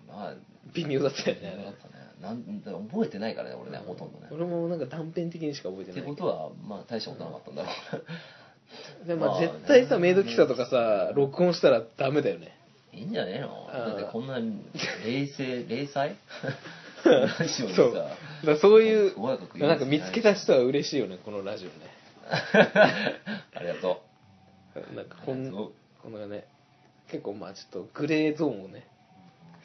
B: まあ
A: 微妙だったよ
B: 微妙だ
A: ね
B: ったねなんだ覚えてないからね俺ねほとんどね
A: 俺もなんか断片的にしか覚えて
B: っ
A: な
B: て
A: いけど
B: ことはまあ大したことなかったんだろ
A: でもま
B: ま
A: あ
B: あ
A: 絶対さメイド喫茶とかさ録音したらダメだよね
B: ういいんじゃねえの
A: あー
B: だってこんな冷 静零細ラジオにさ
A: そうだからそういう
B: ご挨拶言う
A: なんか見つけた人は嬉しいよねこのラジオね
B: ありがと
A: なんか
B: う
A: こん
B: そう
A: このね結構まあちょっとグレーゾーンをね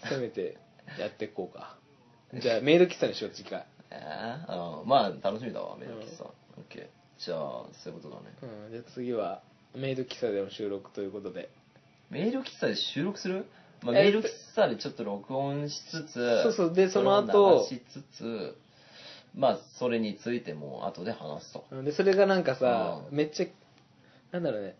A: せめてやっていこうかじゃあメイド喫茶にしよう次回、
B: えーうんまあ楽しみだわメイド喫茶オッケーじゃあそういうことだね
A: うん、じゃあ次はメイド喫茶での収録ということで
B: メール喫茶で収録する、まあ、
A: え
B: メール喫茶でちょっと録音しつつ
A: そうそうでその後
B: れを流しつつまあそれについても後で話すと
A: うんでそれがなんかさ
B: うん
A: めっちゃなんだろうね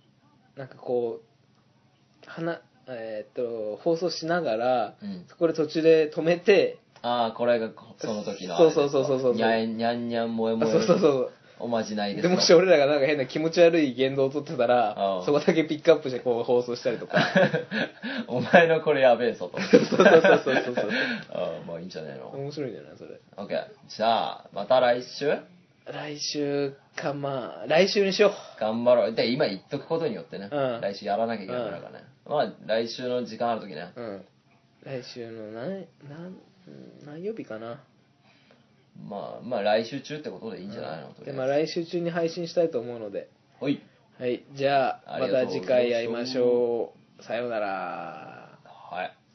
A: なんかこうはなえーっと放送しながら、
B: うん
A: そこで途中で止めて
B: ああこれがその時の
A: そうそうそうそうそう
B: にゃんにゃんにゃんもえ
A: あ
B: もえ
A: そうそうそう
B: おまじないです
A: でもし俺らがなんか変な気持ち悪い言動をとってたら
B: うん
A: そこだけピックアップしてこう放送したりとか
B: お前のこれやべえぞと
A: そうそうそうそうそうそう
B: ああまあいいんじゃないの、
A: 面白いんじゃないそれ
B: オッケーじゃあまた来週
A: 来週かまあ来週にしよ
B: 頑張ろうで今言っとくことによってね、
A: うん
B: 来週やらなきゃいけないからね、まあ来週の時間ある時ね
A: ううん来週の何何何曜日かな
B: まあ、まあ来週中ってことでいいんじゃないの、とり
A: で
B: あ
A: まあ
B: え
A: 来週中に配信したいと思うので
B: ずはい
A: はいじゃあ
B: あ
A: ま
B: りが
A: た
B: とう
A: 次回会いましょうさようなら
B: はい